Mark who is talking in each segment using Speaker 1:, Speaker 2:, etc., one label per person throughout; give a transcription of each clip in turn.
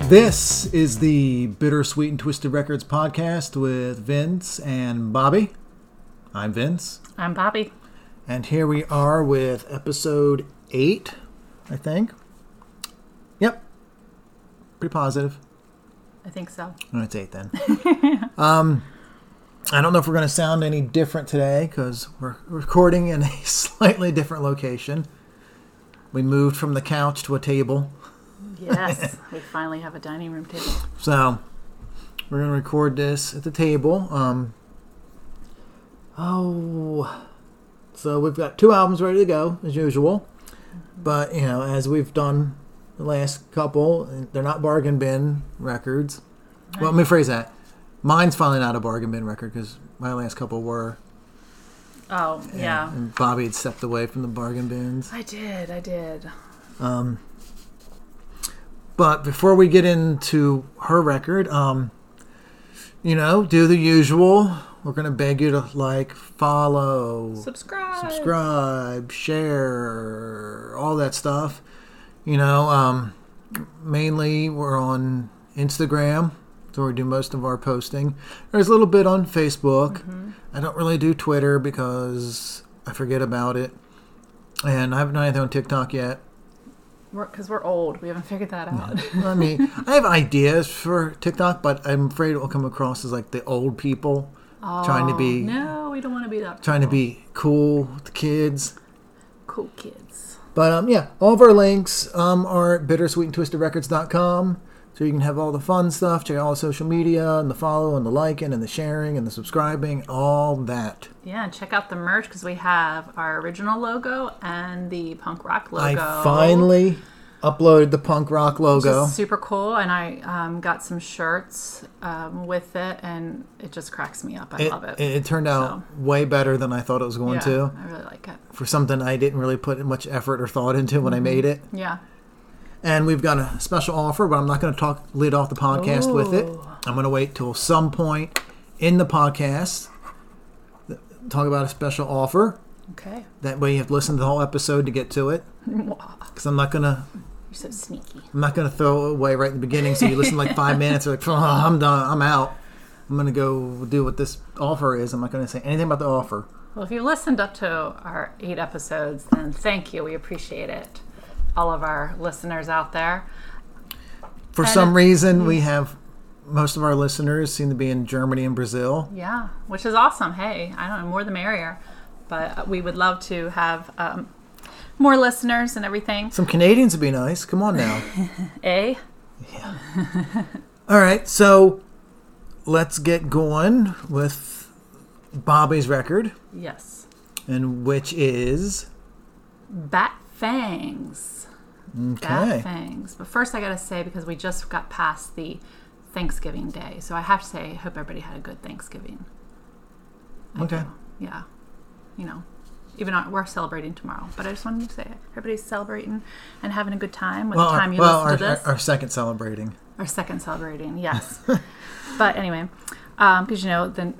Speaker 1: This is the Bittersweet and Twisted Records podcast with Vince and Bobby. I'm Vince.
Speaker 2: I'm Bobby.
Speaker 1: And here we are with episode eight, I think. Yep. Pretty positive.
Speaker 2: I think so.
Speaker 1: Oh, it's eight then. um, I don't know if we're going to sound any different today because we're recording in a slightly different location. We moved from the couch to a table.
Speaker 2: Yes, we finally have a dining room table.
Speaker 1: So we're gonna record this at the table. Um, oh, so we've got two albums ready to go as usual, but you know, as we've done the last couple, they're not bargain bin records. Well, let me phrase that. Mine's finally not a bargain bin record because my last couple were,
Speaker 2: Oh, yeah.
Speaker 1: and Bobby had stepped away from the bargain bins.
Speaker 2: I did, I did.
Speaker 1: But before we get into her record, um, you know, do the usual. We're gonna beg you to like, follow,
Speaker 2: Subscribe.
Speaker 1: subscribe, share, all that stuff. You know, um, mainly we're on Instagram, so we do most of our posting. There's a little bit on Facebook. I don't really do Twitter because I forget about it, and I haven't done anything on TikTok yet.
Speaker 2: Because we're, old. We haven't figured that out.
Speaker 1: I mean, I have ideas for TikTok, but I'm afraid it will come across as like the old people trying to be
Speaker 2: Oh, no, we don't want to be that
Speaker 1: trying to be cool with the kids.
Speaker 2: cool kids.
Speaker 1: But um, yeah, all of our links um, are at bittersweetandtwistedrecords.com. So you can have all the fun stuff, check out all the social media and the follow and the liking and the sharing and the subscribing, all that.
Speaker 2: Yeah, and check out the merch because we have our original logo and the punk rock logo.
Speaker 1: I finally uploaded the punk rock logo.
Speaker 2: It's super cool, and I um, got some shirts um, with it, and it just cracks me up. I
Speaker 1: It,
Speaker 2: love it.
Speaker 1: it, it turned out way better than I thought it was going
Speaker 2: yeah,
Speaker 1: to.
Speaker 2: I really like it.
Speaker 1: For something I didn't really put much effort or thought into when I made it.
Speaker 2: Yeah.
Speaker 1: And we've got a special offer, but I'm not going to talk lead off the podcast with it.
Speaker 2: Ooh.
Speaker 1: I'm going to wait till some point in the podcast th- talk about a special offer.
Speaker 2: Okay.
Speaker 1: That way, you have to listen to the whole episode to get to it.
Speaker 2: Mwah.
Speaker 1: Because I'm not going to
Speaker 2: You're so sneaky.
Speaker 1: I'm not going to throw it away right in the beginning. So you listen like five minutes, you're like, "Oh, I'm done, I'm out. I'm going to go do what this offer is. I'm not going to say anything about the offer.
Speaker 2: Well, if you listened up to our eight episodes, then thank you. We appreciate it. All of our listeners out there.
Speaker 1: For some reason, we have most of our listeners seem to be in Germany and Brazil.
Speaker 2: Yeah, which is awesome. Hey, I don't know, more the merrier. But we would love to have um, more listeners and everything.
Speaker 1: Some Canadians would be nice. Come on now.
Speaker 2: A.
Speaker 1: All right, so let's get going with Bobby's record,
Speaker 2: Yes.
Speaker 1: and which is
Speaker 2: Bat Fangs. Bat
Speaker 1: okay.
Speaker 2: Fangs. But first, I got to say, because we just got past the Thanksgiving Day. So I have to say, I hope everybody had a good Thanksgiving.
Speaker 1: Okay,
Speaker 2: yeah, you know, even though we're celebrating tomorrow, but I just wanted to say it. everybody's celebrating and having a good time with
Speaker 1: well,
Speaker 2: the
Speaker 1: our,
Speaker 2: time you
Speaker 1: well,
Speaker 2: listen to
Speaker 1: our,
Speaker 2: this.
Speaker 1: our second celebrating.
Speaker 2: Our second celebrating, yes. but anyway, because you know, then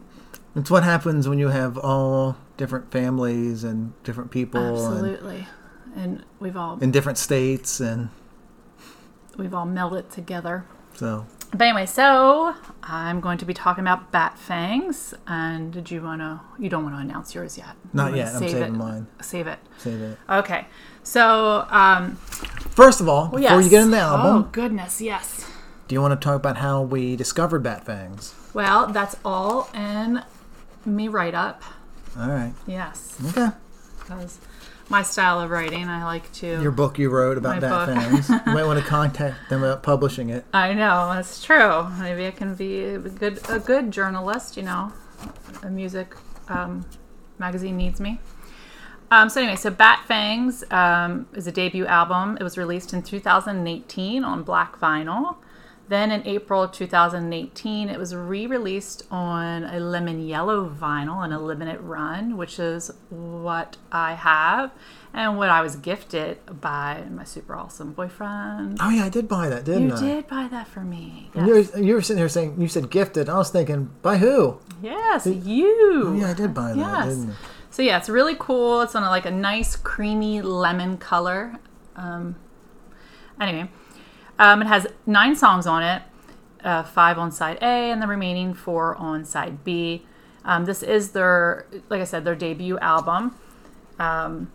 Speaker 1: It's what happens when you have all different families and different people and,
Speaker 2: absolutely, and we've all
Speaker 1: in different states, and
Speaker 2: we've all melded together.
Speaker 1: so
Speaker 2: But anyway, so I'm going to be talking about bat fangs. And did you want to? You don't want to announce yours yet. You
Speaker 1: Not
Speaker 2: wanna
Speaker 1: yet, I'm
Speaker 2: save
Speaker 1: saving
Speaker 2: it.
Speaker 1: mine.
Speaker 2: Save it.
Speaker 1: say that.
Speaker 2: Okay. So, um,
Speaker 1: First of all, before
Speaker 2: yes.
Speaker 1: you get in the
Speaker 2: Oh
Speaker 1: album,
Speaker 2: goodness, yes.
Speaker 1: do you want to talk about how we discovered Bat Fangs?
Speaker 2: Well, that's all in me write up.
Speaker 1: All right,
Speaker 2: Yes,
Speaker 1: okay.
Speaker 2: because my style of writing, I like to.
Speaker 1: Your book you wrote about
Speaker 2: My
Speaker 1: Bat
Speaker 2: book.
Speaker 1: Fangs. You might want to contact them about publishing it.
Speaker 2: I know that's true. Maybe I can be a good a good journalist. You know, a music um, magazine needs me. Um, so anyway, so Bat Fangs um, is a debut album. It was released in 2018 on black vinyl. Then in April 2018, it was re-released on a lemon yellow vinyl in a limited run, which is what I have and what I was gifted by my super awesome boyfriend.
Speaker 1: Oh yeah, I did buy that, didn't
Speaker 2: You
Speaker 1: I?
Speaker 2: did buy that for me. Yes,
Speaker 1: You were, you were sitting there saying you said gifted. I was thinking by who?
Speaker 2: Yes, you.
Speaker 1: Yeah, I did buy that,
Speaker 2: Yes.
Speaker 1: didn't I?
Speaker 2: So yeah, it's really cool. It's on a, like a nice creamy lemon color. Um, anyway, Um, it has nine songs on it, uh, five on side A, and the remaining four on side B. Um, this is their, like I said, their debut album. Um,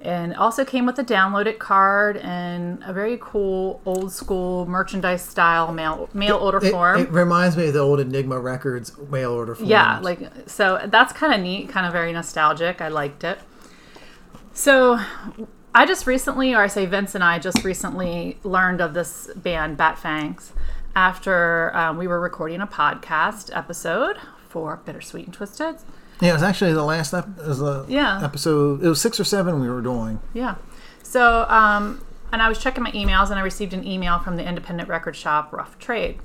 Speaker 2: and also came with a downloaded card and a very cool old school merchandise style mail mail order
Speaker 1: It,
Speaker 2: form.
Speaker 1: it reminds me of the old Enigma Records mail order form.
Speaker 2: Yeah, like so that's kind of neat, kind of very nostalgic. I liked it. So I just recently, or I say Vince and I just recently learned of this band Bat Fangs after um, we were recording a podcast episode for Bittersweet and Twisted.
Speaker 1: yeah, it was actually the last ep- it was the
Speaker 2: Yeah.
Speaker 1: episode. It was six or seven we were doing.
Speaker 2: Yeah. So, um, and I was checking my emails, and I received an email from the independent record shop Rough Trade.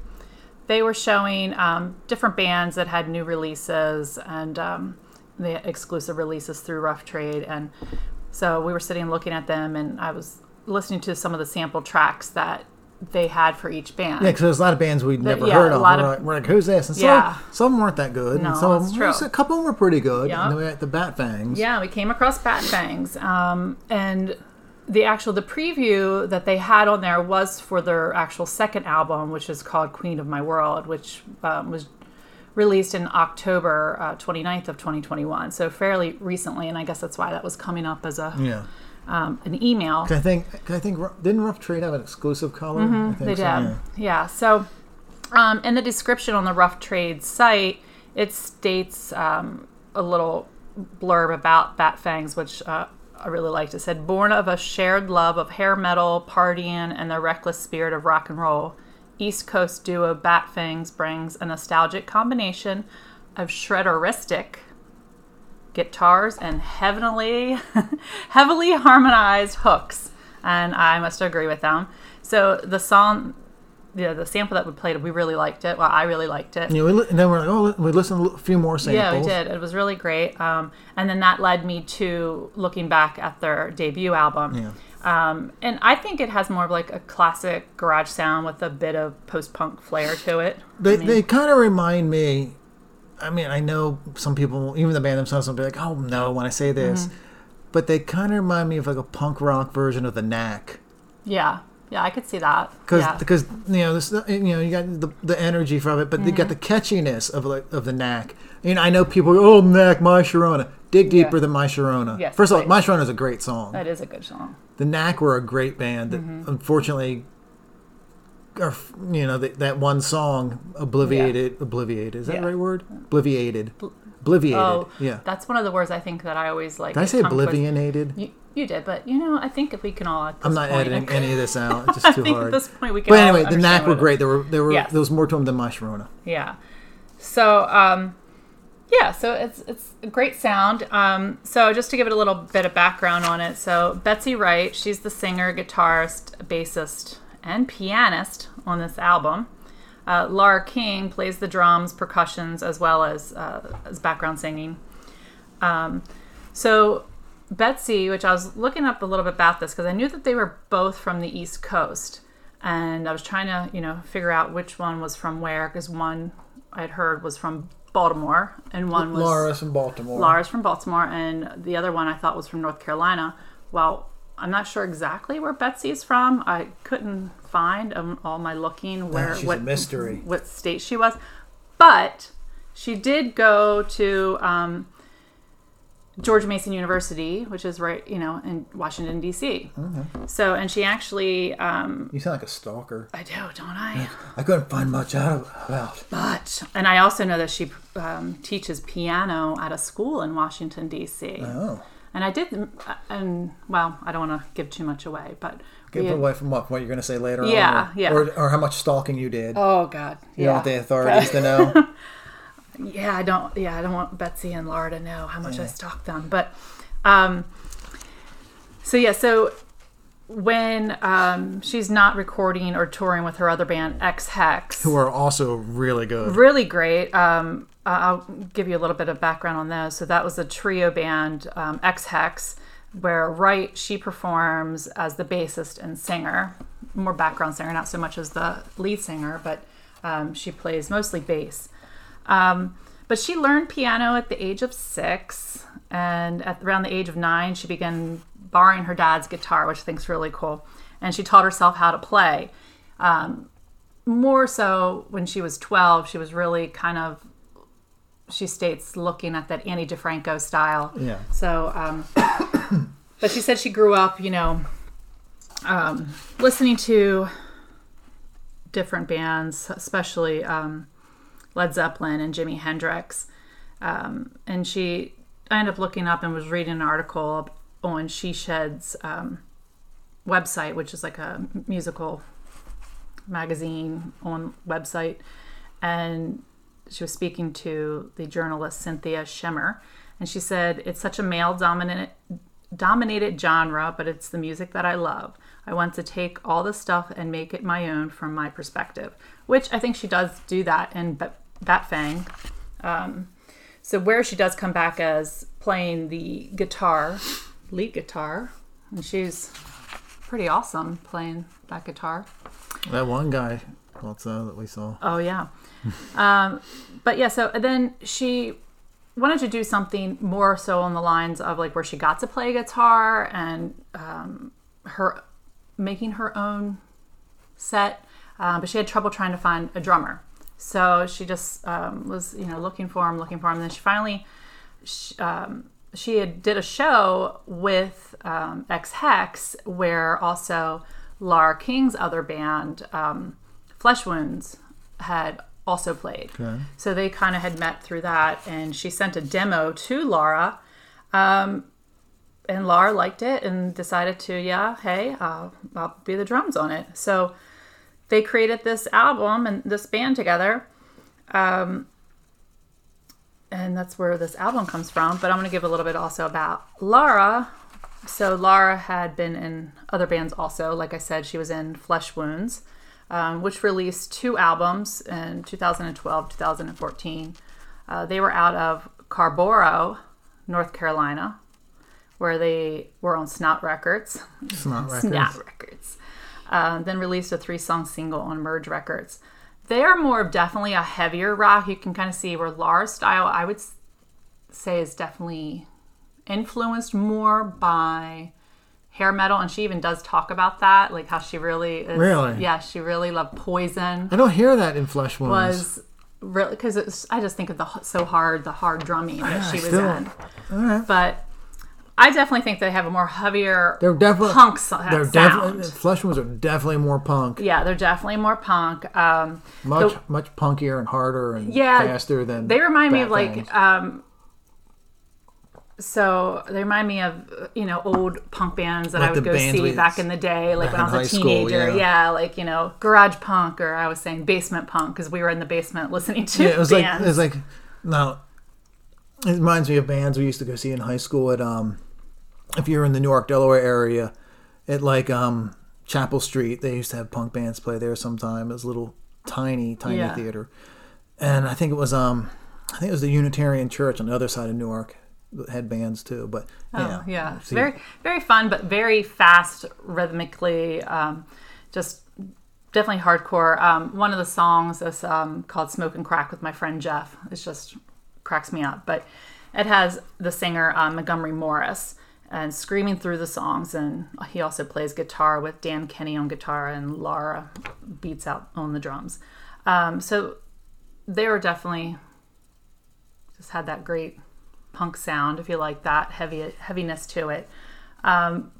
Speaker 2: They were showing um, different bands that had new releases and um, the exclusive releases through Rough Trade, and so we were sitting looking at them, and I was listening to some of the sample tracks that they had for each band.
Speaker 1: Yeah, because there's a lot of bands we'd never
Speaker 2: yeah,
Speaker 1: heard
Speaker 2: a
Speaker 1: of.
Speaker 2: lot
Speaker 1: we're,
Speaker 2: of-
Speaker 1: like, we're like, who's this? And some,
Speaker 2: Yeah.
Speaker 1: some weren't that good.
Speaker 2: No,
Speaker 1: and some,
Speaker 2: it's
Speaker 1: there's
Speaker 2: true.
Speaker 1: a couple were pretty good.
Speaker 2: Yeah.
Speaker 1: And then we had the Bat Fangs.
Speaker 2: Yeah, we came across Bat Fangs. Um, and the actual the preview that they had on there was for their actual second album, which is called Queen of My World, which um, was released in October uh, 29th of 2021. So fairly recently, and I guess that's why that was coming up as a
Speaker 1: Yeah.
Speaker 2: um, an email.
Speaker 1: 'Cause I think, 'cause I think Ru- didn't Rough Trade have an exclusive color? I think
Speaker 2: Mm-hmm, They did.
Speaker 1: so,
Speaker 2: Yeah. So, um, in the description on the Rough Trade site, it states um, a little blurb about Bat Fangs, which uh, I really liked. It said, "Born of a shared love of hair metal, partying, and the reckless spirit of rock and roll, East Coast duo Bat Fangs brings a nostalgic combination of shredderistic." Guitars and heavenly, heavily harmonized hooks, and I must agree with them. So the song you know, the sample that we played, we really liked it. Well, I really liked it.
Speaker 1: Yeah, we li- and then we're like, oh, li- we listened to a few more
Speaker 2: Yeah, we
Speaker 1: samples.
Speaker 2: did. It was really great. Um, and then that led me to looking back at their debut album.
Speaker 1: Yeah.
Speaker 2: Um, and I think it has more of like a classic garage sound with a bit of post punk flair to it.
Speaker 1: They, they kind of remind me. I mean, I know some people, even the band themselves, will be like, oh no, when I say
Speaker 2: Mm-hmm.
Speaker 1: this. But they kind of remind me of like a punk rock version of the Knack.
Speaker 2: Yeah. Yeah, I could see that.
Speaker 1: Cause,
Speaker 2: yeah.
Speaker 1: because you know this, you know you got the, the energy from it, but you
Speaker 2: Mm-hmm.
Speaker 1: got the catchiness of like of the knack. You know, I know people, go, oh knack, my Sharona, dig deeper than my Sharona.
Speaker 2: Yes,
Speaker 1: First of all,
Speaker 2: right.
Speaker 1: my Sharona is a great song.
Speaker 2: that is a good song.
Speaker 1: The knack were a great band that
Speaker 2: Mm-hmm.
Speaker 1: unfortunately, or you know that that one song obliviated, obliviated is that
Speaker 2: Yeah.
Speaker 1: the right word? Obliviated, obliviated.
Speaker 2: Oh,
Speaker 1: yeah,
Speaker 2: That's one of the words I think that I always like.
Speaker 1: did I
Speaker 2: get
Speaker 1: say
Speaker 2: tongue twisted.
Speaker 1: oblivionated?
Speaker 2: You, you did, but you know, I think if we can all at this
Speaker 1: I'm not
Speaker 2: point,
Speaker 1: editing any of this out. It's
Speaker 2: I
Speaker 1: just too
Speaker 2: think
Speaker 1: hard.
Speaker 2: at this point we can.
Speaker 1: but
Speaker 2: all
Speaker 1: anyway, the
Speaker 2: understand
Speaker 1: knack
Speaker 2: what
Speaker 1: were
Speaker 2: it is.
Speaker 1: great. There were there were
Speaker 2: Yes.
Speaker 1: there was more to them than my Sharona.
Speaker 2: Yeah. So, um, yeah, so it's it's a great sound. Um, so just to give it a little bit of background on it, so Betsy Wright, she's the singer, guitarist, bassist, and pianist on this album. Uh, Lara King plays the drums, percussions, as well as uh, as background singing. Um, so Betsy, which I was looking up a little bit about this because I knew that they were both from the East Coast, and I was trying to you know figure out which one was from where because one I'd heard was from Baltimore and one was
Speaker 1: Laura's from Baltimore.
Speaker 2: Lara's from Baltimore, and the other one I thought was from North Carolina. Well, I'm not sure exactly where Betsy is from. I couldn't find um, all my looking where
Speaker 1: she's a
Speaker 2: what
Speaker 1: mystery.
Speaker 2: what state she was, but she did go to um, George Mason University, which is right you know in Washington D.C.
Speaker 1: Mm-hmm.
Speaker 2: So, and she actually um,
Speaker 1: You sound like a stalker.
Speaker 2: I do, don't I?
Speaker 1: I couldn't find much out about.
Speaker 2: But and I also know that she um, teaches piano at a school in Washington D.C.
Speaker 1: Oh,
Speaker 2: And I did, and well, I don't want to give too much away, but
Speaker 1: give
Speaker 2: we-
Speaker 1: away from what, what you're going to say later
Speaker 2: Yeah,
Speaker 1: on. or-
Speaker 2: yeah.
Speaker 1: Or, or how much stalking you did.
Speaker 2: oh god,
Speaker 1: You don't
Speaker 2: yeah,
Speaker 1: want the authorities to know.
Speaker 2: yeah, I don't, yeah, I don't want Betsy and Laura to know how much I stalked them, but, um, so yeah, so when um, she's not recording or touring with her other band X Hex,
Speaker 1: Who are also really good.
Speaker 2: really great. Um, uh, I'll give you a little bit of background on those. So that was a trio band, um, X Hex, where Wright she performs as the bassist and singer, more background singer, not so much as the lead singer, but um, she plays mostly bass. Um, but she learned piano at the age of six, and at around the age of nine, she began borrowing her dad's guitar, which I think is really cool. And she taught herself how to play. more so when she was 12 she was really kind of she states looking at that annie defranco style
Speaker 1: Yeah.
Speaker 2: so um but she said she grew up you know um listening to different bands especially um led zeppelin and jimi hendrix um and she I ended up looking up and was reading an article on she shed's um website which is like a musical magazine on website and she was speaking to the journalist Cynthia Schemmer and she said it's such a male dominant dominated genre but it's the music that I love. I want to take all the stuff and make it my own from my perspective, which I think she does do that in Bat- Batfang. Um, so where she does come back as playing the guitar, lead guitar, and she's pretty awesome playing that guitar.
Speaker 1: That one guy also that we saw.
Speaker 2: Oh yeah. um, but yeah, so then she wanted to do something more so on the lines of like where she got to play guitar and um, her making her own set, um, but she had trouble trying to find a drummer. So she just um, was, you know, looking for him, looking for him. And then she finally, she, um, she had did a show with um, X Hex, where also Lar King's other band, um, Flesh Wounds, had also played. So they kind of had met through that, and she sent a demo to Laura and Lar liked it and decided to, yeah, hey, uh, I'll be the drums on it. So they created this album and this band together. Um, and that's where this album comes from. But I'm going to give a little bit also about Lara. So Lara had been in other bands also. Like I said, she was in Flesh Wounds, um, which released two albums in 2012, 2014. Uh, they were out of Carboro, North Carolina, where they were on Snot Records.
Speaker 1: It's not records.
Speaker 2: Snot Records. Um, then released a three song single on Merge Records. They are more of definitely a heavier rock. You can kind of see where Lara's style, I would s- say, is definitely influenced more by hair metal. And she even does talk about that, like how she really is.
Speaker 1: Really?
Speaker 2: Yeah, she really loved Poison.
Speaker 1: I don't hear that in Flesh Wounds.
Speaker 2: Was really because I just think of the h- so hard, the hard drumming that she was
Speaker 1: still-
Speaker 2: in.
Speaker 1: All right.
Speaker 2: But I definitely think they have a more heavier
Speaker 1: They're definitely
Speaker 2: punk so-
Speaker 1: They're
Speaker 2: sound.
Speaker 1: definitely Flesh Wounds are definitely more punk,
Speaker 2: Yeah, they're definitely more punk. Um,
Speaker 1: much much punkier and harder and
Speaker 2: Yeah,
Speaker 1: faster than
Speaker 2: they remind me
Speaker 1: Bad
Speaker 2: of
Speaker 1: Things.
Speaker 2: like, um, so they remind me of uh, you know old punk bands that
Speaker 1: Like
Speaker 2: I would
Speaker 1: the
Speaker 2: go
Speaker 1: bands
Speaker 2: see
Speaker 1: we-
Speaker 2: back in the day, like when
Speaker 1: in
Speaker 2: I was a
Speaker 1: high school,
Speaker 2: teenager.
Speaker 1: yeah.
Speaker 2: yeah. like you know garage punk, or I was saying basement punk because we were in the basement listening to
Speaker 1: Yeah, it was like
Speaker 2: bands.
Speaker 1: it was like no. It reminds me of bands we used to go see in high school at um if you were in the Newark, Delaware area, at like um Chapel Street, they used to have punk bands play there sometime. It was a little tiny, tiny
Speaker 2: Yeah.
Speaker 1: theater. And I think it was um I think it was the Unitarian Church on the other side of Newark that had bands too. But yeah.
Speaker 2: Oh, yeah, yeah.
Speaker 1: See,
Speaker 2: very very fun, but very fast rhythmically. Um, just definitely hardcore. Um, one of the songs is um, called "Smoke and Crack" with my friend Jeff. It just cracks me up, but it has the singer um, Montgomery Morris and screaming through the songs, and he also plays guitar with Dan Kenny on guitar and Laura beats out on the drums. Um, so they were definitely just had that great punk sound if you like that heavy heaviness to it Um,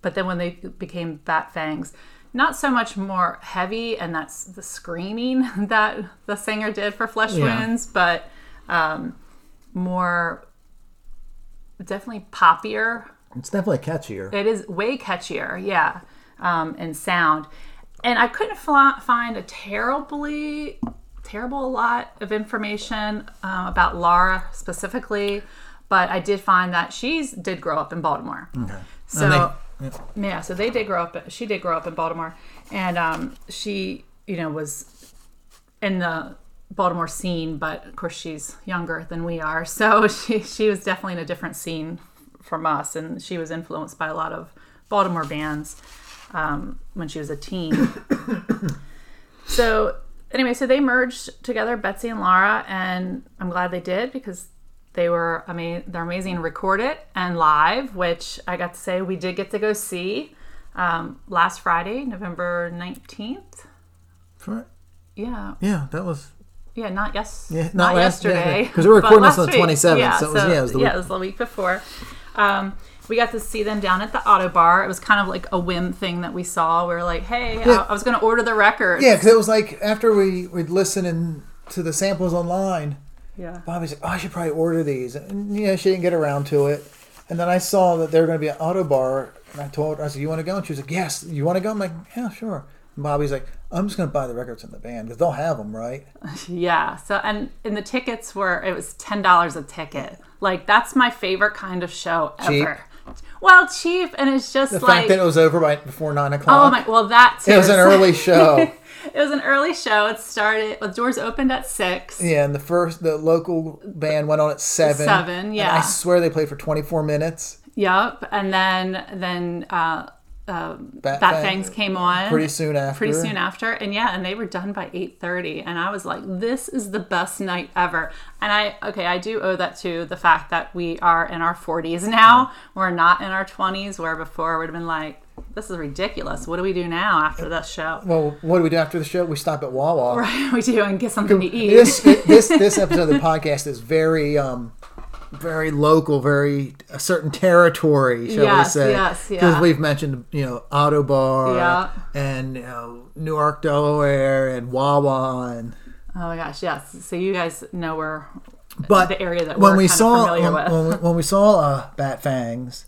Speaker 2: but then when they became bat fangs not so much more heavy and that's the screaming that the singer did for flesh
Speaker 1: Yeah.
Speaker 2: wounds but um, more definitely poppier
Speaker 1: It's definitely catchier.
Speaker 2: it is way catchier, yeah, um, in sound. And I couldn't fla find a terribly, terrible lot of information um, about Lara specifically, but I did find that she's did grow up in Baltimore. Okay. So
Speaker 1: they-
Speaker 2: yeah, so they did grow up. She did grow up in Baltimore, and um, she, you know, was in the Baltimore scene, but of course she's younger than we are, so she she was definitely in a different scene from us, and she was influenced by a lot of Baltimore bands um, when she was a teen. so anyway, so they merged together, Betsy and Laura, and I'm glad they did because they were ama- they're amazing recorded and live, which I got to say we did get to go see. um, last Friday, November 19th.
Speaker 1: For,
Speaker 2: Yeah.
Speaker 1: yeah, that was
Speaker 2: Yeah, not yes.
Speaker 1: Yeah, not
Speaker 2: not,
Speaker 1: last- yeah,
Speaker 2: yesterday.
Speaker 1: yeah, 'cause we were
Speaker 2: but
Speaker 1: recording this
Speaker 2: last
Speaker 1: on the 27th,
Speaker 2: week.
Speaker 1: so it was- yeah, it was the week-
Speaker 2: week before. Um, we got to see them down at the auto bar. It was kind of like a whim thing that we saw. We were like, hey, I-
Speaker 1: Yeah.
Speaker 2: I, was going to order the record.
Speaker 1: yeah, because it was like after we we'd listening to the samples online.
Speaker 2: Yeah.
Speaker 1: Bobby's like, oh, I should probably order these. And, you know, she didn't get around to it. And then I saw that they were going to be an auto bar. And I told her, I said, you want to go? And she was like, yes, you want to go? I'm like, yeah, sure. And Bobby's like, I'm just going to buy the records in the band because they'll have them, right?
Speaker 2: Yeah. So and and the tickets were it was ten dollars a ticket. Like that's my favorite kind of show
Speaker 1: Cheap.
Speaker 2: ever. Well, cheap and it's just
Speaker 1: The
Speaker 2: like
Speaker 1: fact that it was over by before nine o'clock.
Speaker 2: oh my well that too.
Speaker 1: It was an early show.
Speaker 2: it was an early show. It started the doors opened at six.
Speaker 1: yeah, and the first, the local band went on at seven.
Speaker 2: Seven,
Speaker 1: And I
Speaker 2: yeah.
Speaker 1: swear they played for 24 minutes.
Speaker 2: Yep. And then then uh um,
Speaker 1: Bat
Speaker 2: Bat
Speaker 1: Fangs
Speaker 2: Fangs came on
Speaker 1: Pretty soon after.
Speaker 2: pretty soon after and yeah and they were done by 8.30 and i was like this is the best night ever and i okay i do owe that to the fact that we are in our 40s now we're not in our 20s where before would have been like this is ridiculous what do we do now after this show
Speaker 1: Well, what do we do after the show? We stop at Wawa.
Speaker 2: we do and get something to eat
Speaker 1: this this this episode of the podcast is very um very local, very a certain territory, shall
Speaker 2: Yes,
Speaker 1: we say?
Speaker 2: yes, yeah.
Speaker 1: Because we've mentioned you know Autobar,
Speaker 2: Yeah.
Speaker 1: and you know, Newark, Delaware, and Wawa, and
Speaker 2: oh my gosh yes so you guys know where
Speaker 1: but
Speaker 2: the area that
Speaker 1: when
Speaker 2: we're
Speaker 1: we
Speaker 2: kind of
Speaker 1: saw
Speaker 2: familiar
Speaker 1: when,
Speaker 2: with.
Speaker 1: when we, when we saw uh, Bat Fangs,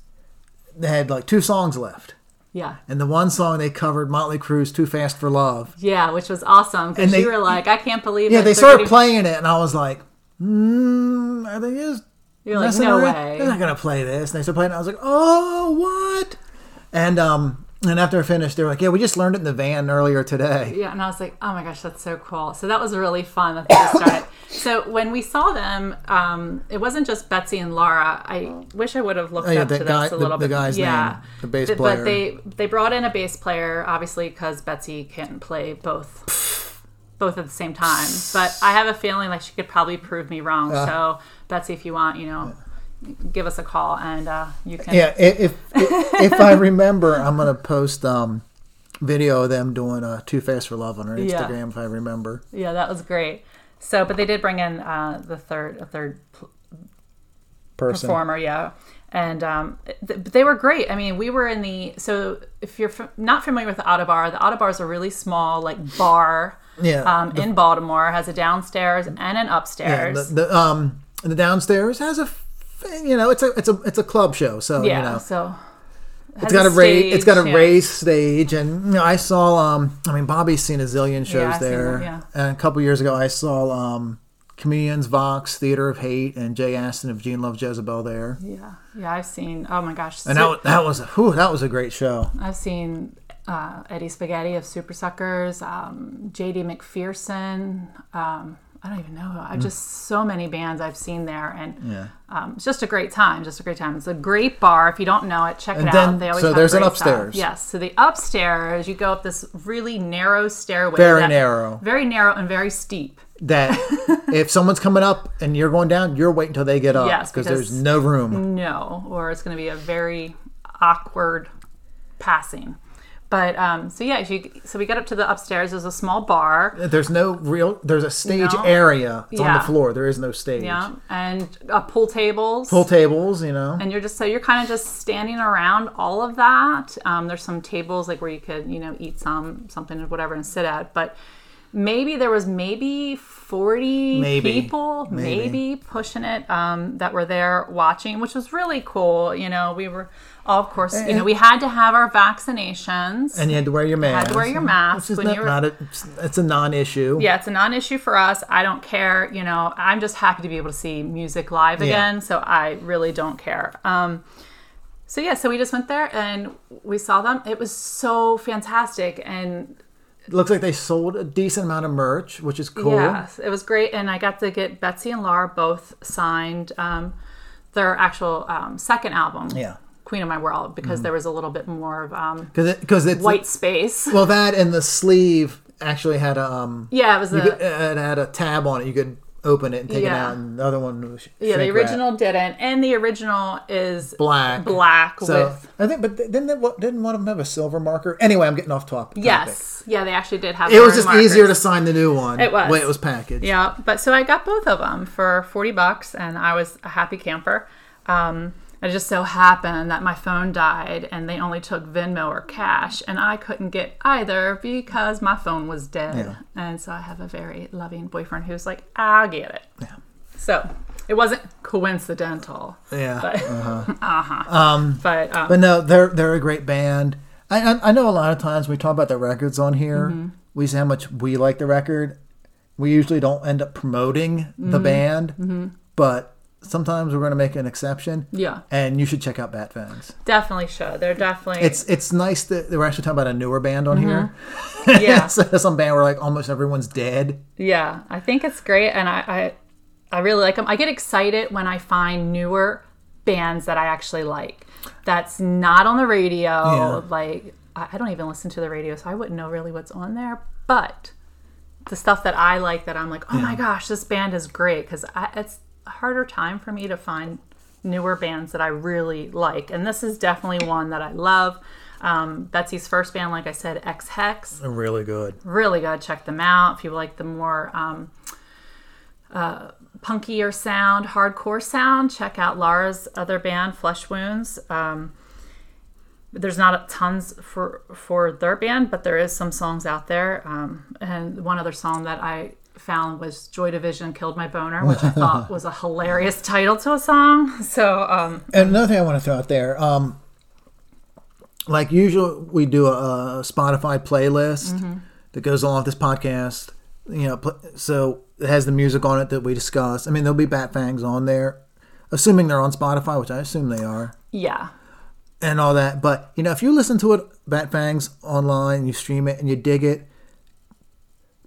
Speaker 1: they had like two songs left,
Speaker 2: yeah
Speaker 1: and the one song they covered Motley Crue's "Too Fast for Love."
Speaker 2: yeah which was awesome because
Speaker 1: And they-
Speaker 2: you were like i can't believe
Speaker 1: Yeah,
Speaker 2: it.
Speaker 1: they
Speaker 2: They're
Speaker 1: started
Speaker 2: gonna-
Speaker 1: playing it, and I was like, mm, "Are they just
Speaker 2: You're like,
Speaker 1: messing
Speaker 2: "No
Speaker 1: around?
Speaker 2: way."
Speaker 1: They're not gonna play this." And they started playing. It. I was like, "Oh, what?" And um, and after I finished, they were like, "Yeah, we just learned it in the van earlier today."
Speaker 2: Yeah, and I was like, oh my gosh, that's so cool. So that was really fun that they just started. so when we saw them, um, it wasn't just Betsy and Laura. I wish I would have looked
Speaker 1: Oh, yeah,
Speaker 2: up
Speaker 1: that
Speaker 2: to
Speaker 1: guy-
Speaker 2: this a
Speaker 1: the-
Speaker 2: little
Speaker 1: the
Speaker 2: bit.
Speaker 1: guy's
Speaker 2: yeah,
Speaker 1: name, the bass
Speaker 2: But-
Speaker 1: player.
Speaker 2: But they they brought in a bass player, obviously, because Betsy can't play both both at the same time. But I have a feeling like she could probably prove me wrong.
Speaker 1: Uh.
Speaker 2: so Betsy, if you want, you know, give us a call and uh, you can.
Speaker 1: Yeah, i- if if, if I remember, I'm gonna post um video of them doing uh, "Too Fast for Love" on our
Speaker 2: Yeah.
Speaker 1: Instagram if I remember.
Speaker 2: Yeah, that was great. So, but they did bring in uh, the third a third pl-
Speaker 1: Person,
Speaker 2: performer, yeah. And um, th- but they were great. I mean, we were in the so if you're f- not familiar with the Autobar, the Autobar is a really small like bar.
Speaker 1: Yeah,
Speaker 2: Um, in Baltimore has a downstairs and an
Speaker 1: Yeah,
Speaker 2: upstairs.
Speaker 1: the, the um the downstairs has a f- you know it's a it's a it's a club show, so
Speaker 2: yeah,
Speaker 1: you know
Speaker 2: so
Speaker 1: it's got a race. It's got a
Speaker 2: yeah.
Speaker 1: race stage, and you know, I saw. Um, I mean, Bobby's seen a zillion shows
Speaker 2: Yeah, I've seen
Speaker 1: there.
Speaker 2: them, yeah.
Speaker 1: And a couple years ago, I saw um, comedians Vox, Theater of Hate, and Jay Aston of Gene Loves Jezebel there.
Speaker 2: Yeah, yeah, I've seen. Oh my gosh,
Speaker 1: And that, wa- that was whew, that was a great show.
Speaker 2: I've seen uh, Eddie Spaghetti of Super Suckers, um, JD McPherson. Um, I don't even know. who-
Speaker 1: Mm.
Speaker 2: I've just so many bands I've seen there, and um, it's just a great time. Just a great time. It's a great bar. If you don't know it, check
Speaker 1: And
Speaker 2: it
Speaker 1: then-
Speaker 2: out. They always
Speaker 1: so
Speaker 2: have
Speaker 1: there's an
Speaker 2: great stuff.
Speaker 1: upstairs.
Speaker 2: Yes. So the upstairs, you go up this really narrow stairway.
Speaker 1: Very narrow.
Speaker 2: Very narrow and very steep.
Speaker 1: That if someone's coming up and you're going down, you're waiting until they get up
Speaker 2: Yes,
Speaker 1: because
Speaker 2: because-
Speaker 1: there's no room.
Speaker 2: No, or it's going to be a very awkward passing. But um, so yeah, if you, so we got up to the upstairs. There's a small bar.
Speaker 1: There's no real. There's a stage
Speaker 2: Mm. No.
Speaker 1: area. It's on the
Speaker 2: Yeah.
Speaker 1: floor. There is no stage.
Speaker 2: Yeah, and uh, pool tables.
Speaker 1: Pool tables, you know.
Speaker 2: and you're just so you're kind of just standing around all of that. Um, there's some tables like where you could you know eat some something or whatever and sit at, but maybe there was maybe 40
Speaker 1: Maybe.
Speaker 2: people maybe. pushing it um, that were there watching which was really cool you know we were all of course you know we had to have our vaccinations
Speaker 1: Eh, And you had to wear your mask.
Speaker 2: to wear your mask
Speaker 1: Which is
Speaker 2: when
Speaker 1: not,
Speaker 2: you were-
Speaker 1: not a, it's a non-issue.
Speaker 2: yeah, it's a non-issue for us. I don't care. You know, I'm just happy to be able to see music live again. So I really don't care. Um, so yeah, so we just went there and we saw them. It was so fantastic, and
Speaker 1: Looks like they sold a decent amount of merch, which is cool.
Speaker 2: yes, it was great. And I got to get Betsy and Laura both signed um, their actual um, second album,
Speaker 1: Yeah. Mm-hmm.
Speaker 2: Queen of My World, because there was a little bit more of um,
Speaker 1: Because it's
Speaker 2: white space.
Speaker 1: Well, that and the sleeve actually had a um, uh,
Speaker 2: Yeah, it was a,
Speaker 1: it had a tab on it. You could open it and take it
Speaker 2: Yeah.
Speaker 1: out, and the other one was sh-
Speaker 2: Yeah, the
Speaker 1: shrink wrap.
Speaker 2: original didn't, and the original is
Speaker 1: black.
Speaker 2: black
Speaker 1: So
Speaker 2: with
Speaker 1: I think, but th- didn't they, what, didn't one of them have a silver marker? Anyway, I'm getting off top. topic.
Speaker 2: yes, yeah, they actually did have.
Speaker 1: It was
Speaker 2: their
Speaker 1: just
Speaker 2: markers.
Speaker 1: easier to sign the new one.
Speaker 2: It was.
Speaker 1: way it was packaged.
Speaker 2: Yeah, but so I got both of them for 40 bucks and I was a happy camper. Um, it just so happened that my phone died and they only took Venmo or cash and I couldn't get either because my phone was dead.
Speaker 1: Yeah.
Speaker 2: And so I have a very loving boyfriend who's like, I'll get it. Yeah. So it wasn't coincidental.
Speaker 1: Yeah.
Speaker 2: But uh-huh. Um, but, um,
Speaker 1: But no, they're they're a great band. I I, I know a lot of times we talk about the records on here.
Speaker 2: Mm-hmm.
Speaker 1: We say how much we like the record. We usually don't end up promoting the
Speaker 2: Mm-hmm.
Speaker 1: band, but sometimes we're going to make an exception.
Speaker 2: Yeah.
Speaker 1: and you should check out Bat Fangs.
Speaker 2: definitely should. They're definitely
Speaker 1: It's it's nice that we're actually talking about a newer band on here.
Speaker 2: Mm-hmm. yeah.
Speaker 1: so some band where like almost everyone's dead.
Speaker 2: Yeah, I think it's great, and I, I I really like them. I get excited when I find newer bands that I actually like. That's not on the radio.
Speaker 1: Yeah.
Speaker 2: Like I I don't even listen to the radio, so I wouldn't know really what's on there. But the stuff that I like, that I'm like, oh my gosh, this band is great, because it's a harder time for me to find newer bands that I really like, and this is definitely one that I love. Um, Betsy's first band, like I said, X Hex
Speaker 1: They're really good.
Speaker 2: really gotta check them out if you like the more um, uh, punkier sound, hardcore sound. Check out Lara's other band, Flesh Wounds. Um, there's not tons for for their band, but there is some songs out there. Um, and one other song that I found was Joy Division "Killed My Boner," which I thought was a hilarious title to a song. So um,
Speaker 1: And another thing I want to throw out there, um, like usually we do a, a Spotify playlist that goes along with this podcast. You know, pl- so it has the music on it that we discuss. I mean, there'll be Bat Fangs on there, assuming they're on Spotify, which I assume they are,
Speaker 2: yeah,
Speaker 1: and all that. But you know, if you listen to it, Bat Fangs online, you stream it and you dig it,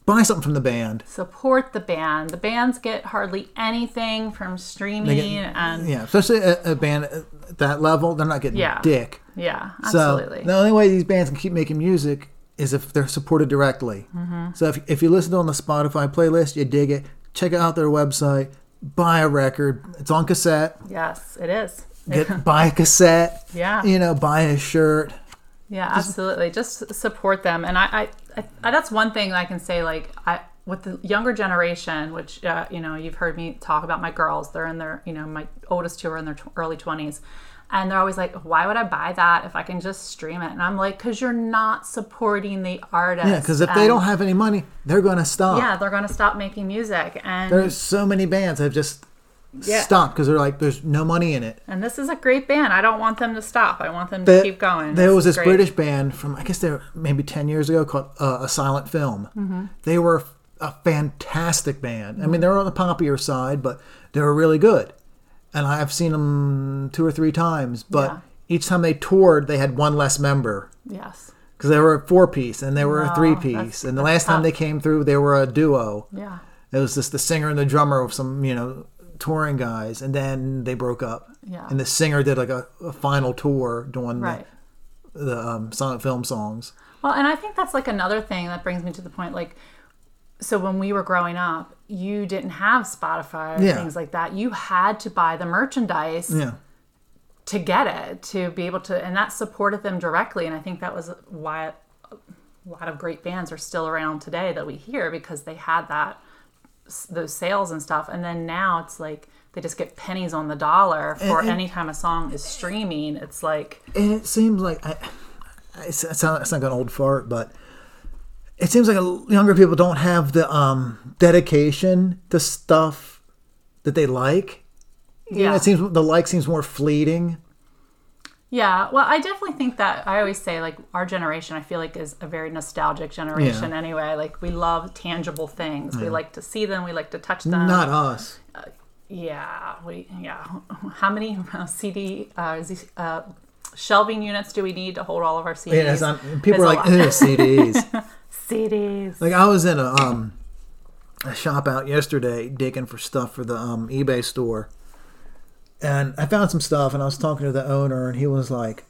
Speaker 1: buy something from the band.
Speaker 2: support the band. The bands get hardly anything from streaming and
Speaker 1: Yeah, especially a, a band at that level, they're not getting
Speaker 2: Yeah.
Speaker 1: dick.
Speaker 2: yeah,
Speaker 1: So
Speaker 2: absolutely.
Speaker 1: the only way these bands can keep making music is if they're supported directly.
Speaker 2: Mm-hmm.
Speaker 1: So if, if you listen on the Spotify playlist, you dig it, check out their website, buy a record. It's on cassette.
Speaker 2: Yes, it is.
Speaker 1: Get buy a cassette.
Speaker 2: Yeah.
Speaker 1: You know, buy a shirt.
Speaker 2: Yeah, absolutely. Just support them, and I, I, I that's one thing I can say. Like I, with the younger generation, which uh, you know, you've heard me talk about my girls. They're in their, you know, my oldest two are in their tw- early twenties, and they're always like, "Why would I buy that if I can just stream it?" And I'm like, "Cause you're not supporting the artist."
Speaker 1: Yeah, because if they
Speaker 2: and-
Speaker 1: don't have any money, they're gonna stop.
Speaker 2: Um, yeah, they're gonna stop making music, and
Speaker 1: There's so many bands that have just
Speaker 2: Yeah.
Speaker 1: stopped because they're like, there's no money in it.
Speaker 2: and this is a great band. I don't want them to stop. I want them to
Speaker 1: There-
Speaker 2: keep going.
Speaker 1: There
Speaker 2: This
Speaker 1: was
Speaker 2: is
Speaker 1: this
Speaker 2: great.
Speaker 1: British band from I guess they're maybe ten years ago called uh, a silent film.
Speaker 2: Mm-hmm.
Speaker 1: They were a fantastic band. I mean, they were on the poppier side, but they were really good. And I've seen them two or three times, but
Speaker 2: Yeah.
Speaker 1: each time they toured, they had one less member
Speaker 2: Yes.
Speaker 1: because they were a four piece and they were a
Speaker 2: Wow,
Speaker 1: three
Speaker 2: that's-
Speaker 1: piece. And the
Speaker 2: that's
Speaker 1: last time
Speaker 2: tough.
Speaker 1: they came through, they were a duo.
Speaker 2: Yeah.
Speaker 1: It was just the singer and the drummer of some, you know, touring guys, and then they broke up.
Speaker 2: Yeah.
Speaker 1: And the singer did like a, a final tour doing
Speaker 2: Right.
Speaker 1: the the um, silent film songs.
Speaker 2: Well, and I think that's like another thing that brings me to the point like so when we were growing up, you didn't have Spotify or
Speaker 1: Yeah.
Speaker 2: things like that. You had to buy the merchandise
Speaker 1: Yeah,
Speaker 2: to get it, to be able to and that supported them directly and I think that was why a lot of great bands are still around today that we hear because they had that those sales and stuff and then now it's like they just get pennies on the dollar for
Speaker 1: and-
Speaker 2: any time a song is streaming. It's like
Speaker 1: and it seems like I, I it's, it's not it's not an old fart, but it seems like a, younger people don't have the um, dedication to stuff that they like. You know,
Speaker 2: Yeah.
Speaker 1: it seems the like seems more fleeting.
Speaker 2: Yeah, well, I definitely think that I always say like our generation. I feel like is a very nostalgic generation.
Speaker 1: Yeah.
Speaker 2: Anyway, like we love tangible things. We like to see them. We like to touch them.
Speaker 1: Not us.
Speaker 2: yeah, we yeah. How many CD uh, Z- uh, shelving units do we need to hold all of our CDs?
Speaker 1: Yeah, that's- I'm- people
Speaker 2: There's
Speaker 1: are
Speaker 2: a
Speaker 1: like
Speaker 2: lot.
Speaker 1: "Ugh, CDs.
Speaker 2: CDs.
Speaker 1: Like I was in a um a shop out yesterday digging for stuff for the um eBay store. And I found some stuff and I was talking to the owner and he was like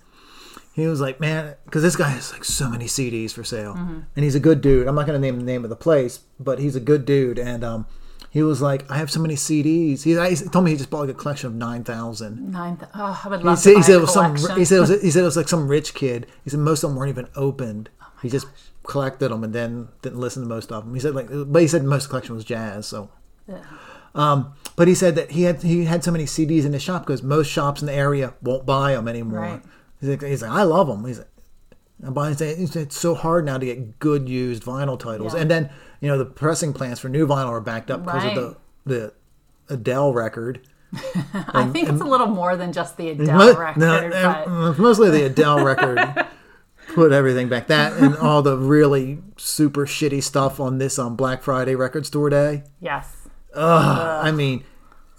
Speaker 1: he was like, "Man, cuz this guy has like so many CDs for sale." And he's a good dude. I'm not going to name the name of the place, but he's a good dude and um He was like, I have so many CDs. He, he told me he just bought like a collection of nine thousand.
Speaker 2: Nine. Th- oh, I would
Speaker 1: He
Speaker 2: love.
Speaker 1: said, he
Speaker 2: to buy
Speaker 1: said
Speaker 2: a
Speaker 1: it was some.
Speaker 2: collection.
Speaker 1: He said it was, he said it was like some rich kid. He said most of them weren't even opened.
Speaker 2: Oh
Speaker 1: he just collected them and then didn't listen to most of them. He said like, but he said most of the collection was jazz. So,
Speaker 2: Yeah.
Speaker 1: um, but he said that he had he had so many CDs in his shop because most shops in the area won't buy them anymore.
Speaker 2: Right.
Speaker 1: He's, like, he's like, I love them. He's like, and Bonnie said, it's it's so hard now to get good used vinyl titles.
Speaker 2: Yeah.
Speaker 1: And then, you know, the pressing plans for new vinyl are backed up because
Speaker 2: Right.
Speaker 1: of the, the Adele record.
Speaker 2: I think it's a little more than just the Adele
Speaker 1: Mo-
Speaker 2: record.
Speaker 1: um, no,
Speaker 2: but
Speaker 1: uh, mostly the Adele record put everything back. That and all the really super shitty stuff on this um, Black Friday record store day.
Speaker 2: yes,
Speaker 1: I mean,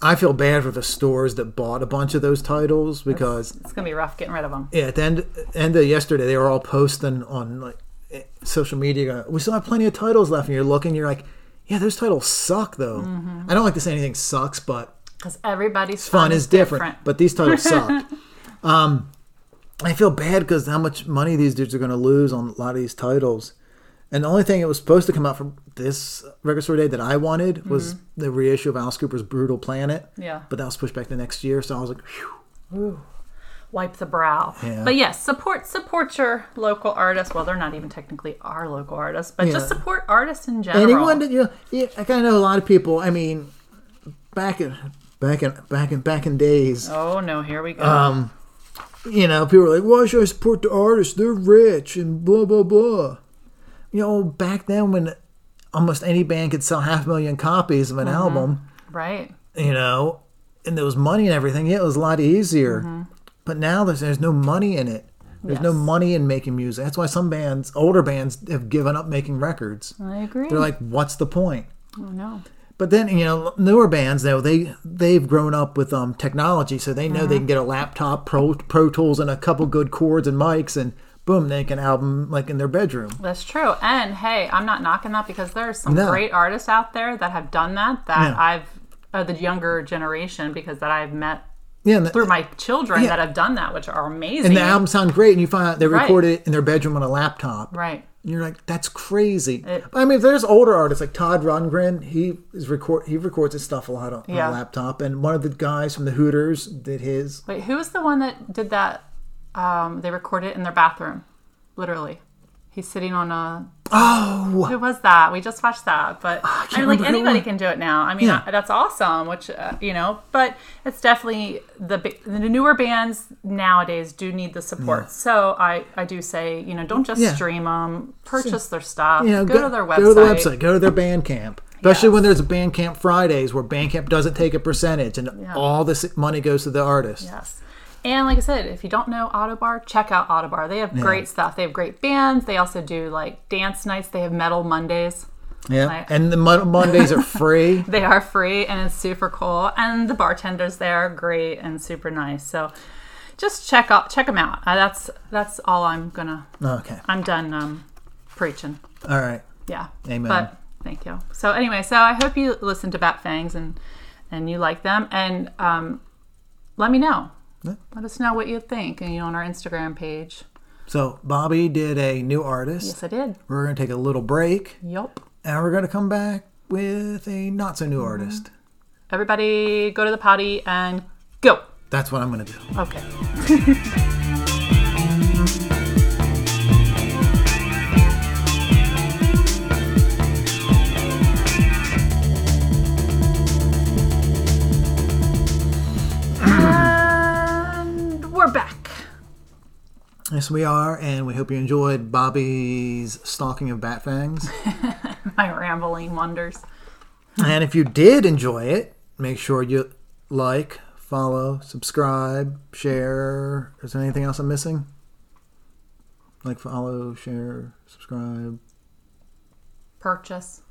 Speaker 1: I feel bad for the stores that bought a bunch of those titles because
Speaker 2: it's gonna be rough getting rid of them.
Speaker 1: yeah, at the end end of yesterday, they were all posting on like eh, social media. going, We still have plenty of titles left, and you're looking, you're like, yeah, those titles suck though.
Speaker 2: Mm-hmm.
Speaker 1: I don't like to say anything sucks, but
Speaker 2: Because everybody's
Speaker 1: fun is different, but these titles sucked. Um, I feel bad because how much money these dudes are going to lose on a lot of these titles. And the only thing that was supposed to come out from this record store day that I wanted was the reissue of Alice Cooper's Brutal Planet.
Speaker 2: Yeah.
Speaker 1: But that was pushed back to next year. So I was like, phew.
Speaker 2: Wipe the brow.
Speaker 1: Yeah.
Speaker 2: But yes, support support your local artists. Well, they're not even technically our local artists, but just
Speaker 1: Yeah.
Speaker 2: support artists in general.
Speaker 1: anyone that you know, yeah, I kind of know a lot of people. I mean, back in, back in, back in, back in days,
Speaker 2: Oh no, here we go.
Speaker 1: Uh, you know, people are like, why should I support the artists? They're rich and blah, blah, blah. You know, back then when almost any band could sell half a million copies of
Speaker 2: Mm-hmm.
Speaker 1: an album,
Speaker 2: right.
Speaker 1: you know, and there was money and everything, yeah, it was a lot easier. But now there's, there's no money in it. There's no
Speaker 2: Mm-hmm. Yes.
Speaker 1: money in making music. That's why some bands, older bands, have given up making records.
Speaker 2: I agree.
Speaker 1: They're like, what's the point?
Speaker 2: oh no.
Speaker 1: But then you know newer bands though they they've grown up with um, technology, so they know they
Speaker 2: Mm-hmm.
Speaker 1: can get a laptop, pro pro tools, and a couple good chords and mics, and boom, they can album like in their bedroom.
Speaker 2: That's true. And hey, I'm not knocking that because there's some
Speaker 1: No.
Speaker 2: great artists out there that have done that that
Speaker 1: Yeah.
Speaker 2: I've uh, the younger generation because that I've met
Speaker 1: Yeah, and the,
Speaker 2: through my children
Speaker 1: Yeah.
Speaker 2: that have done that, which are amazing.
Speaker 1: and the album sound great, and you find out they
Speaker 2: Right.
Speaker 1: recorded it in their bedroom on a laptop.
Speaker 2: right.
Speaker 1: And you're like, that's crazy. but I mean, there's older artists like Todd Rundgren. He is record he records his stuff a lot on,
Speaker 2: Yeah.
Speaker 1: on a laptop, and one of the guys from the Hooters did his.
Speaker 2: Wait, who was the one that did that? Um, they recorded it in their bathroom, literally. He's sitting on a.
Speaker 1: Oh, Ah,
Speaker 2: Who was that? We just watched that, but I mean, like
Speaker 1: remember who it
Speaker 2: anybody
Speaker 1: was.
Speaker 2: can do it now. I mean,
Speaker 1: Yeah.
Speaker 2: I- that's awesome. Which uh, you know, but it's definitely the bi- the newer bands nowadays do need the support. So I I do say you know don't just
Speaker 1: Yeah.
Speaker 2: stream 'em, stream them, purchase their stuff,
Speaker 1: you know,
Speaker 2: go, to their website.
Speaker 1: Go to the website. Go to their Bandcamp. Especially when there's a Bandcamp Fridays where Bandcamp doesn't take a percentage and all this money goes to the artist.
Speaker 2: Yes. And like I said, if you don't know Autobar, check out Autobar. They have great stuff. They have great bands. They also do like dance nights. They have metal Mondays.
Speaker 1: Yeah.
Speaker 2: Right.
Speaker 1: And the Mon- Mondays are free.
Speaker 2: They are free and it's super cool. And the bartenders there are great and super nice. So just check out check them out. Uh, that's that's all I'm gonna.
Speaker 1: okay.
Speaker 2: I'm done um, preaching.
Speaker 1: All right.
Speaker 2: Yeah.
Speaker 1: Amen.
Speaker 2: But thank you. So anyway, so I hope you listen to Bat Fangs and and you like them and um, let me know. Let us know what you think and you know, on our Instagram page.
Speaker 1: So Bobby did a new artist.
Speaker 2: Yes, I did.
Speaker 1: We're going to take a little break
Speaker 2: Yup.
Speaker 1: and we're going to come back with a not so new
Speaker 2: Mm-hmm.
Speaker 1: artist.
Speaker 2: Everybody go to the potty and go.
Speaker 1: That's what I'm going to do.
Speaker 2: Okay. and we're back.
Speaker 1: Yes, we are. And we hope you enjoyed Bobby's stalking of bat fangs.
Speaker 2: My rambling wonders.
Speaker 1: And if you did enjoy it, make sure you like, follow, subscribe, share. Is there anything else I'm missing? Like, follow, share, subscribe.
Speaker 2: Purchase.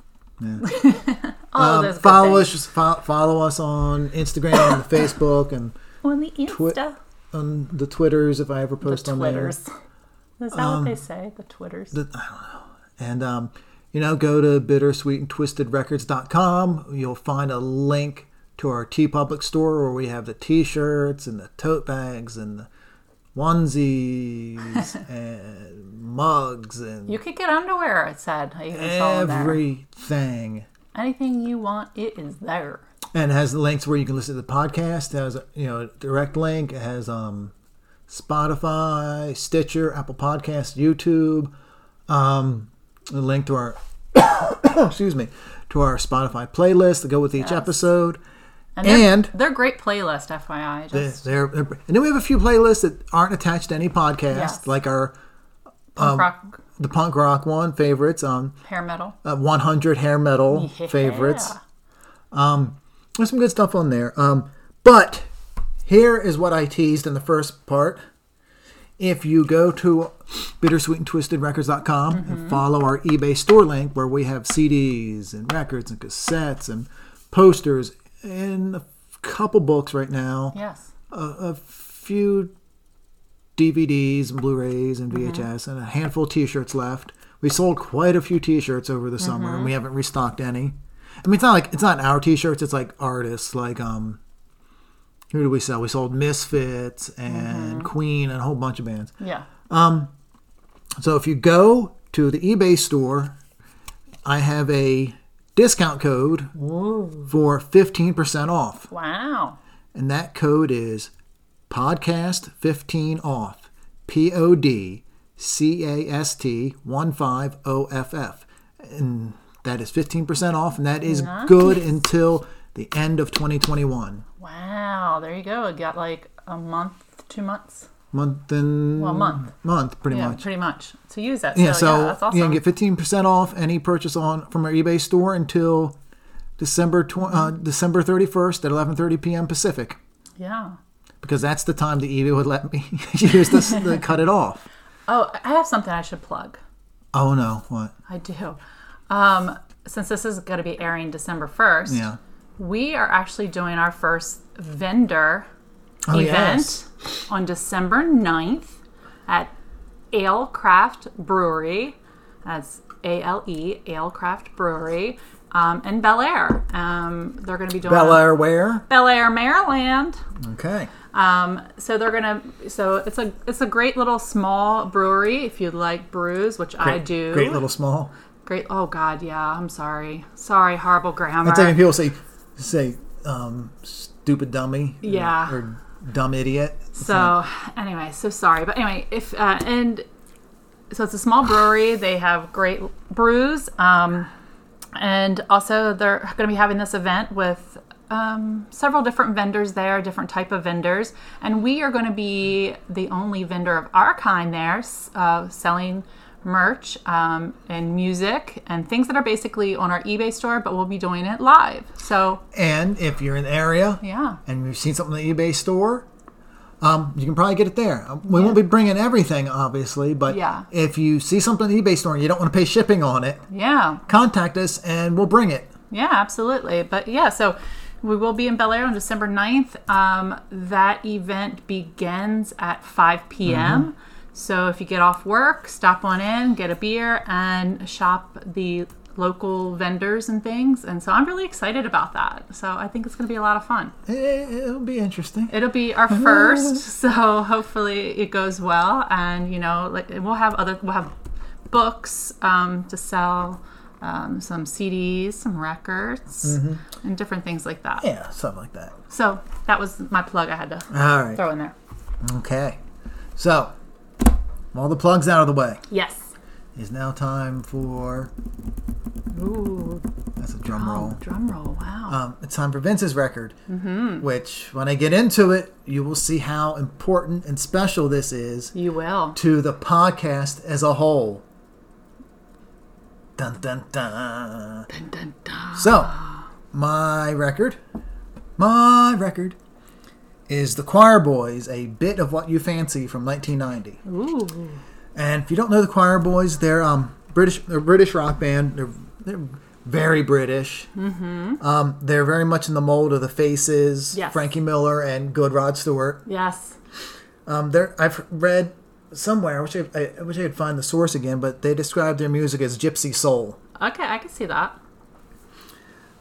Speaker 1: Yeah.
Speaker 2: All
Speaker 1: Um,
Speaker 2: those good
Speaker 1: follow
Speaker 2: things.
Speaker 1: us. Just fo- follow us on Instagram and Facebook and
Speaker 2: on the Insta.
Speaker 1: on the Twitters if I ever
Speaker 2: The
Speaker 1: post on there. Um,
Speaker 2: Twitters. Is that what they say? The Twitters.
Speaker 1: And um, you know, go to bittersweetandtwistedrecords.com. You'll find a link to our T Public store where we have the T-shirts and the tote bags and the onesies and mugs and
Speaker 2: you could get underwear. It said. I even saw them there.
Speaker 1: everything.
Speaker 2: Anything you want, it is there.
Speaker 1: and it has links where you can listen to the podcast. It has you know a direct link. It has um, Spotify, Stitcher, Apple Podcasts, YouTube. Um, a link to our excuse me to our Spotify playlist to go with each episode.
Speaker 2: they're-
Speaker 1: And-
Speaker 2: they're great playlist, FYI. Just
Speaker 1: They're, they're- and then we have a few playlists that aren't attached to any podcast,
Speaker 2: Yes.
Speaker 1: like our
Speaker 2: punk
Speaker 1: um,
Speaker 2: rock,
Speaker 1: the punk rock one favorites, um,
Speaker 2: hair metal.
Speaker 1: uh, 100 hair metal favorites. Um,
Speaker 2: Yeah.
Speaker 1: There's some good stuff on there. Um, but here is what I teased in the first part. If you go to bittersweetandtwistedrecords.com and follow our eBay store link where we have CDs and records and cassettes and posters and a couple books right now,
Speaker 2: Yes.
Speaker 1: a, a few DVDs and Blu-rays and VHS and a handful of t-shirts left. We sold quite a few t-shirts over the summer and we haven't restocked any. I mean, it's not like it's not our t-shirts, it's like artists like um who do we sell? We sold Misfits and Queen and a whole bunch of bands.
Speaker 2: Yeah.
Speaker 1: So if you go to the eBay store, I have a discount code for 15% off.
Speaker 2: Wow.
Speaker 1: and that code is podcast 15 off p o d c a s t 1 5 o f f and that is 15% off and that is good until the end of 2021
Speaker 2: Wow. There you go. Got like a month, two months.
Speaker 1: month and
Speaker 2: Well, month.
Speaker 1: month pretty
Speaker 2: Yeah,
Speaker 1: much
Speaker 2: pretty much. To use that.
Speaker 1: yeah
Speaker 2: so,
Speaker 1: so
Speaker 2: yeah, that's awesome.
Speaker 1: you can get 15% off any purchase on from our ebay store until december tw- uh, december 31st at 11:30 p.m. pacific
Speaker 2: yeah.
Speaker 1: because that's the time the ebay would let me use this to cut it off
Speaker 2: Oh, I have something I should plug.
Speaker 1: Oh no! What?
Speaker 2: I do. Um, since this is going to be airing December 1st,
Speaker 1: Yeah.
Speaker 2: we are actually doing our first vendor
Speaker 1: Oh,
Speaker 2: event
Speaker 1: yes.
Speaker 2: on December 9th at Alecraft Brewery. That's A L E, Alecraft Brewery um, in Bel Air. Um, they're going to be doing
Speaker 1: Bel Air where?
Speaker 2: Bel Air, Maryland.
Speaker 1: Okay.
Speaker 2: Um, so they're gonna. So it's a it's a great little small brewery if you like brews, which I do.
Speaker 1: Great little small.
Speaker 2: Great. Oh God, yeah. I'm sorry. Sorry, horrible grammar.
Speaker 1: I'm thinking people say say um, stupid dummy. or-
Speaker 2: Yeah.
Speaker 1: Or, dumb idiot.
Speaker 2: so anyway, so sorry. But anyway, if uh, and so it's a small brewery. They have great brews. Um, and also they're going to be having this event with um, several different vendors there, different type of vendors, and we are going to be the only vendor of our kind there s- uh, selling merch um, and music and things that are basically on our eBay store, but we'll be doing it live. So
Speaker 1: And if you're in the area,
Speaker 2: yeah.
Speaker 1: and you've seen something in the eBay store, um, you can probably get it there. Um, We won't be bringing everything, obviously, but
Speaker 2: Yeah.
Speaker 1: if you see something in the eBay store and you don't want to pay shipping on it,
Speaker 2: Yeah,
Speaker 1: contact us and we'll bring it.
Speaker 2: yeah, absolutely. But yeah, so we will be in Bel Air on December 9th. Um, that event begins at 5 p.m. So if you get off work, stop on in, get a beer, and shop the local vendors and things. And so I'm really excited about that. So I think it's going to be a lot of fun.
Speaker 1: It, it'll be interesting.
Speaker 2: It'll be our first, so hopefully it goes well. And you know, like we'll have other, we'll have books um, to sell, um, some CDs, some records, and different things like that.
Speaker 1: Mm-hmm. Yeah, something like that.
Speaker 2: So that was my plug I had to
Speaker 1: All right.
Speaker 2: throw in there.
Speaker 1: Okay. So, all the plugs out of the way.
Speaker 2: Yes.
Speaker 1: is now time for
Speaker 2: Ooh,
Speaker 1: that's a drum
Speaker 2: oh,
Speaker 1: roll.
Speaker 2: drum roll! Wow.
Speaker 1: Um, it's time for Vince's record, which when I get into it, you will see how important and special this is
Speaker 2: you will.
Speaker 1: to the podcast as a whole. Dun dun dun.
Speaker 2: Dun, dun, dun.
Speaker 1: So, my record, my record, is the Choir Boys, a bit of what you fancy from 1990.
Speaker 2: Ooh.
Speaker 1: And if you don't know the Choir Boys, they're um British, they're a British rock band. They're they're very British. Mm-hmm. Um, they're very much in the mold of the Faces,
Speaker 2: Yes.
Speaker 1: Frankie Miller, and Good Rod Stewart.
Speaker 2: Yes.
Speaker 1: Um, they're I've read somewhere. I wish I, I wish I could find the source again, but they describe their music as gypsy soul.
Speaker 2: Okay, I can see that.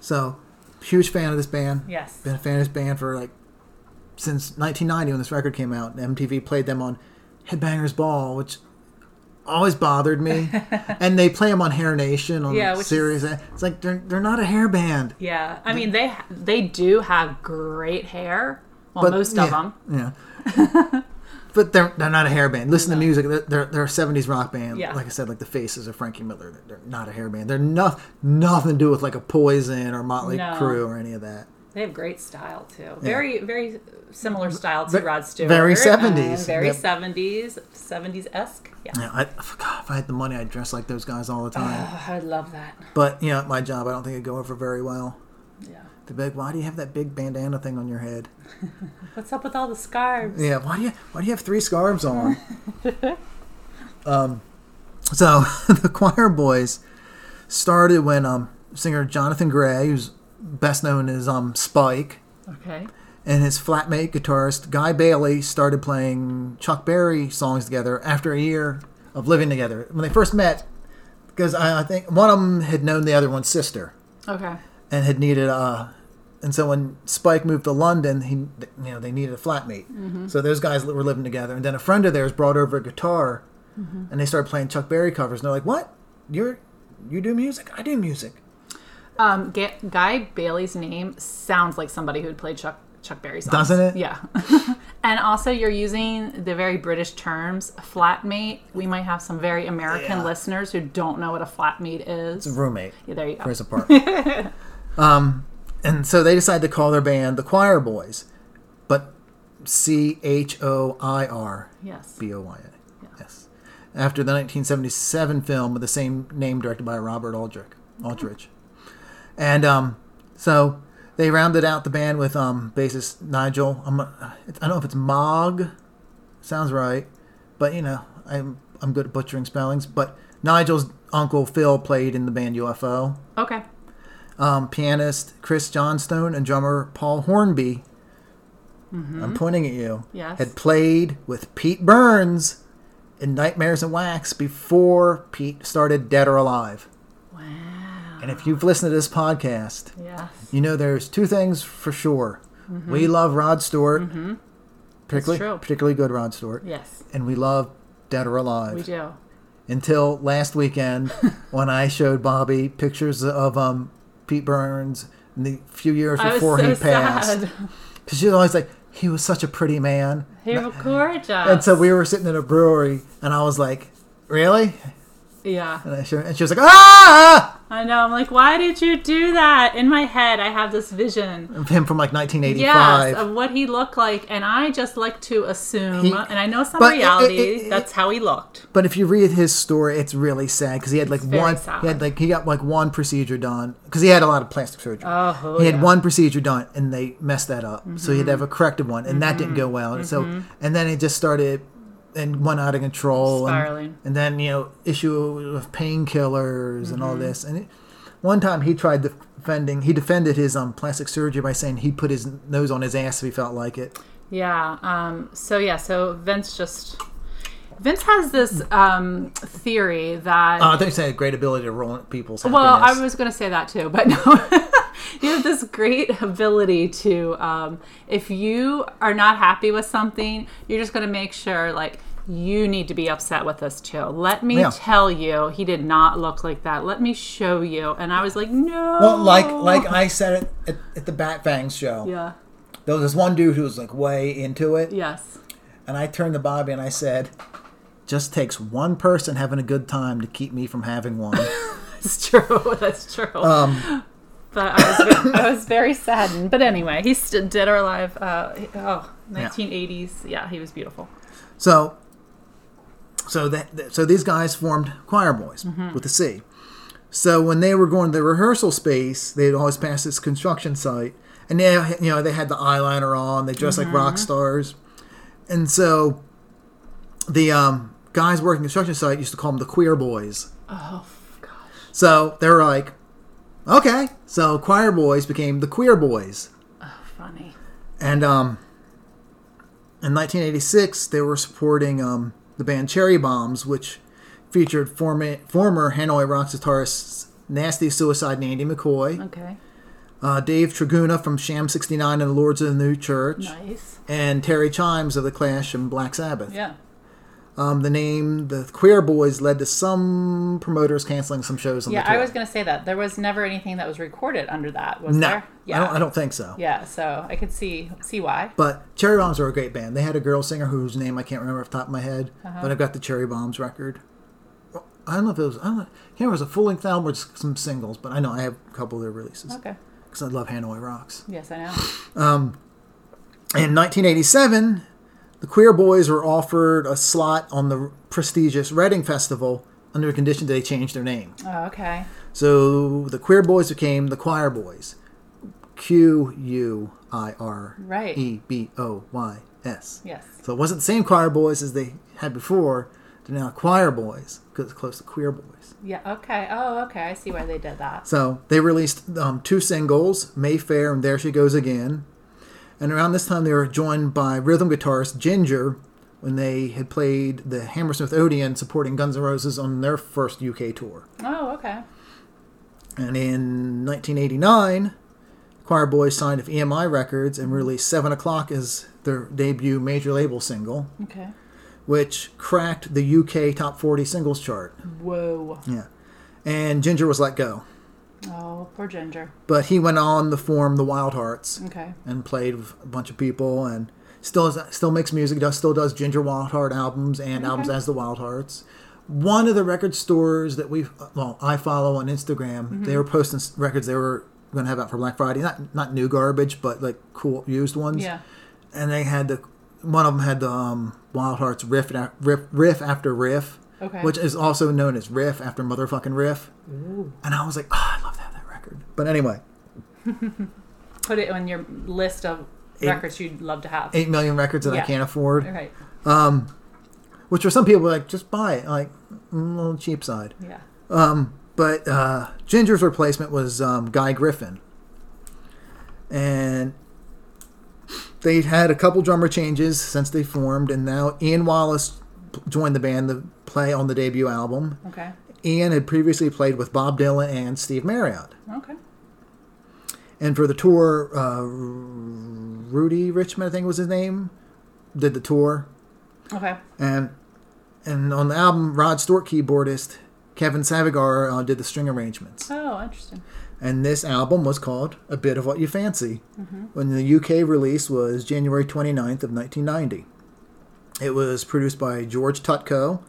Speaker 1: So, huge fan of this band.
Speaker 2: Yes.
Speaker 1: Been a fan of this band for like since 1990 when this record came out. And MTV played them on Headbangers Ball, which always bothered me. and they play them on Hair Nation on yeah,
Speaker 2: Yeah, which is-
Speaker 1: series. It's like they're they're not a hair band.
Speaker 2: Yeah, I mean they they do have great hair. Well, most
Speaker 1: yeah,
Speaker 2: of them.
Speaker 1: Yeah. but they're they're not a hair band. Listen to music. They're, they're they're a '70s rock band.
Speaker 2: Yeah.
Speaker 1: Like I said, like the Faces of Frankie Miller. They're- They're not a hair band. They're no, nothing to do with like a Poison or Motley
Speaker 2: No.
Speaker 1: Crue or any of that.
Speaker 2: They have great style too. Very very similar style to Rod Stewart.
Speaker 1: very
Speaker 2: and
Speaker 1: 70s.
Speaker 2: Very
Speaker 1: Yep.
Speaker 2: seventies, seventies esque. Yeah,
Speaker 1: Yeah, I, God, if I had the money, I'd dress like those guys all the time.
Speaker 2: oh, I love that.
Speaker 1: but you know, at my job, I don't think it'd go over very well.
Speaker 2: Yeah,
Speaker 1: They'd be like, "Why do you have that big bandana thing on your head?"
Speaker 2: what's up with all the scarves?
Speaker 1: Yeah, why do you why do you have three scarves on? um, so the choir boys started when um singer Jonathan Gray, who's best known as um Spike,
Speaker 2: Okay.
Speaker 1: and his flatmate guitarist Guy Bailey started playing Chuck Berry songs together after a year of living together. When they first met, because I, I think one of them had known the other one's sister
Speaker 2: Okay.
Speaker 1: and had needed uh and so when Spike moved to London, he you know they needed a flatmate. So those guys were living together, and then a friend of theirs brought over a guitar, and they started playing Chuck Berry covers. And they're like, "What? You're you do music? I do music."
Speaker 2: Um, Ga Guy Bailey's name sounds like somebody who would play Chuck Chuck Berry songs.
Speaker 1: Doesn't it?
Speaker 2: Yeah. and also, you're using the very British terms flatmate. We might have some very American
Speaker 1: Yeah.
Speaker 2: listeners who don't know what a flatmate is.
Speaker 1: Roommate
Speaker 2: Yeah, there you go.
Speaker 1: for his apartment. um, and so they decided to call their band the Choir Boys, but C H O I R
Speaker 2: Yes.
Speaker 1: B O Y A. Yes. After the 1977 film with the same name directed by Robert Aldrich. Aldrich. And um, so they rounded out the band with um, bassist Nigel. I'm, I don't know if it's Mog. Sounds right. But, you know, I'm, I'm good at butchering spellings. But Nigel's uncle Phil played in the band UFO.
Speaker 2: Okay.
Speaker 1: Um, pianist Chris Johnstone and drummer Paul Hornby. I'm pointing at you.
Speaker 2: Yes.
Speaker 1: Had played with Pete Burns in Nightmares and Wax before Pete started Dead or Alive.
Speaker 2: Wow.
Speaker 1: And if you've listened to this podcast,
Speaker 2: Yes.
Speaker 1: you know there's two things for sure. We love Rod Stewart, particularly
Speaker 2: Mm-hmm. true.
Speaker 1: particularly good Rod Stewart,
Speaker 2: Yes.
Speaker 1: and we love Dead or
Speaker 2: We
Speaker 1: Alive.
Speaker 2: do.
Speaker 1: Until last weekend, when I showed Bobby pictures of um, Pete Burns in the few years
Speaker 2: I was
Speaker 1: before
Speaker 2: so
Speaker 1: he passed,
Speaker 2: sad.
Speaker 1: because she's always like, he was such a pretty man.
Speaker 2: They were gorgeous.
Speaker 1: And so we were sitting at a brewery, and I was like, "Really?"
Speaker 2: yeah.
Speaker 1: And, I showed, and she was like, "Ah!"
Speaker 2: I know. I'm like, why did you do that? In my head, I have this vision.
Speaker 1: Of him from like 1985.
Speaker 2: Yes, of what he looked like, and I just like to assume,
Speaker 1: He-
Speaker 2: and I know some
Speaker 1: but it-
Speaker 2: reality.
Speaker 1: it- it-
Speaker 2: that's how he looked.
Speaker 1: But if you read his story, it's really sad because he had like
Speaker 2: very
Speaker 1: one,
Speaker 2: sad.
Speaker 1: he had like he got like one procedure done because he had a lot of plastic surgery.
Speaker 2: Oh, oh,
Speaker 1: he had
Speaker 2: yeah. Mm-hmm.
Speaker 1: one procedure done and they messed that up, so he had to have a corrective one, and that didn't go well. And So and then it just started and went out of control, and-
Speaker 2: Spiraling.
Speaker 1: And, then you know issue of painkillers and
Speaker 2: Mm-hmm.
Speaker 1: all this. And it, one time he tried defending, he defended his um plastic surgery by saying he put his nose on his ass if he felt like it.
Speaker 2: Yeah. Um, so yeah. So Vince just Vince has this um, theory that.
Speaker 1: Uh, I think he had a great ability to ruin people's.
Speaker 2: well,
Speaker 1: happiness.
Speaker 2: I was going to say that too, but no. you have this great ability to, um, if you are not happy with something, you're just going to make sure like. You need to be upset with this too. Let me
Speaker 1: Yeah.
Speaker 2: tell you, he did not look like that. Let me show you. And I was like, no.
Speaker 1: Well, like like I said it at, at the Bat Fangs show.
Speaker 2: Oh. Yeah.
Speaker 1: There was this one dude who was like way into it,
Speaker 2: Yes.
Speaker 1: and I turned to Bobby and I said, "Just takes one person having a good time to keep me from having one."
Speaker 2: It's true. That's true.
Speaker 1: Um,
Speaker 2: but I was, ve- I was very saddened. But anyway, he stood dead or alive. Uh, he- oh, 1980s. Yeah. he was beautiful.
Speaker 1: so, so that that- so these guys formed Choir Boys with a C. So when they were going to the rehearsal space, they'd always pass this construction site, and they you know they had the eyeliner on, they dressed like rock stars, and so the um, guys working the construction site used to call them the Queer Boys.
Speaker 2: Oh, gosh.
Speaker 1: So they were like, okay. So choir boys became the queer boys.
Speaker 2: Funny.
Speaker 1: And um, in 1986, they were supporting um, the band Cherry Bombs, which featured former, former Hanoi rock guitarists Nasty Suicide and Andy McCoy,
Speaker 2: Okay.
Speaker 1: uh, Dave Traguna from Sham 69 and the Lords of the New Church,
Speaker 2: Nice.
Speaker 1: and Terry Chimes of The Clash and Black Sabbath.
Speaker 2: Yeah.
Speaker 1: Um, the name the Queer Boys led to some promoters canceling some shows on
Speaker 2: Yeah,
Speaker 1: the tour.
Speaker 2: I was going to say that. There was never anything that was recorded under that, was
Speaker 1: no,
Speaker 2: there?
Speaker 1: I
Speaker 2: Yeah.
Speaker 1: don't. I don't think so.
Speaker 2: Yeah, so I could see see why.
Speaker 1: But Cherry Bombs were a great band. They had a girl singer whose name I can't remember off the top of my head, but I've got the Cherry Bombs record. I don't know if it was. I don't know. I can't remember. It was a full length album or just some singles, but I know I have a couple of their releases
Speaker 2: Okay.
Speaker 1: because I love Hanoi Rocks.
Speaker 2: Yes, I know.
Speaker 1: In 1987, the Queer Boys were offered a slot on the prestigious Reading Festival under the condition that they change their name.
Speaker 2: Oh, okay.
Speaker 1: So the Queer Boys became the Choir Boys. Q U I R
Speaker 2: Right.
Speaker 1: E B O Y S.
Speaker 2: Yes.
Speaker 1: So it wasn't the same choir boys as they had before. They're now choir boys because it's close to queer boys.
Speaker 2: Yeah, okay. Oh, okay. I see why they did that.
Speaker 1: So they released um, two singles, Mayfair and There She Goes Again. And around this time, they were joined by rhythm guitarist Ginger when they had played the Hammersmith Odeon supporting Guns N' Roses on their first UK tour.
Speaker 2: Oh, okay.
Speaker 1: And in 1989, Choir Boys signed with EMI Records and released 7 O'Clock as their debut major label single.
Speaker 2: Okay.
Speaker 1: which cracked the UK top 40 singles chart.
Speaker 2: Whoa.
Speaker 1: Yeah. And Ginger was let go.
Speaker 2: Oh, poor Ginger.
Speaker 1: But he went on to form the Wild Hearts
Speaker 2: Okay.
Speaker 1: and played with a bunch of people and still is, still makes music, does still does Ginger Wild Heart albums and albums as the Wild Hearts. One of the record stores that we well I follow on Instagram, they were posting s- records they were going to have out for Black Friday, not not new garbage, but like cool used ones.
Speaker 2: Yeah.
Speaker 1: And they had the one of them had the um, Wild Hearts riff a- riff riff after riff.
Speaker 2: Okay.
Speaker 1: Which is also known as riff after motherfucking riff, and I was like, oh, I love to have that record. But anyway,
Speaker 2: Put it on your list of records you'd love to have.
Speaker 1: eight million records that I
Speaker 2: Yeah.
Speaker 1: can't afford.
Speaker 2: All right.
Speaker 1: which for some people like just buy it like mm, a little cheap side
Speaker 2: Yeah.
Speaker 1: but uh, ginger's replacement was um, guy griffin and they had a couple drummer changes since they formed and now ian wallace p- joined the band to play on the debut album
Speaker 2: Okay.
Speaker 1: ian had previously played with bob dylan and steve marriott
Speaker 2: Okay.
Speaker 1: and for the tour uh, rudy richmond i think was his name did the tour
Speaker 2: Okay.
Speaker 1: and and on the album, Rod Stewart keyboardist Kevin Savagar uh, did the string arrangements.
Speaker 2: Oh, interesting.
Speaker 1: And this album was called "A Bit of What You Fancy," when the UK release was January 29th of 1990. It was produced by George Tutko,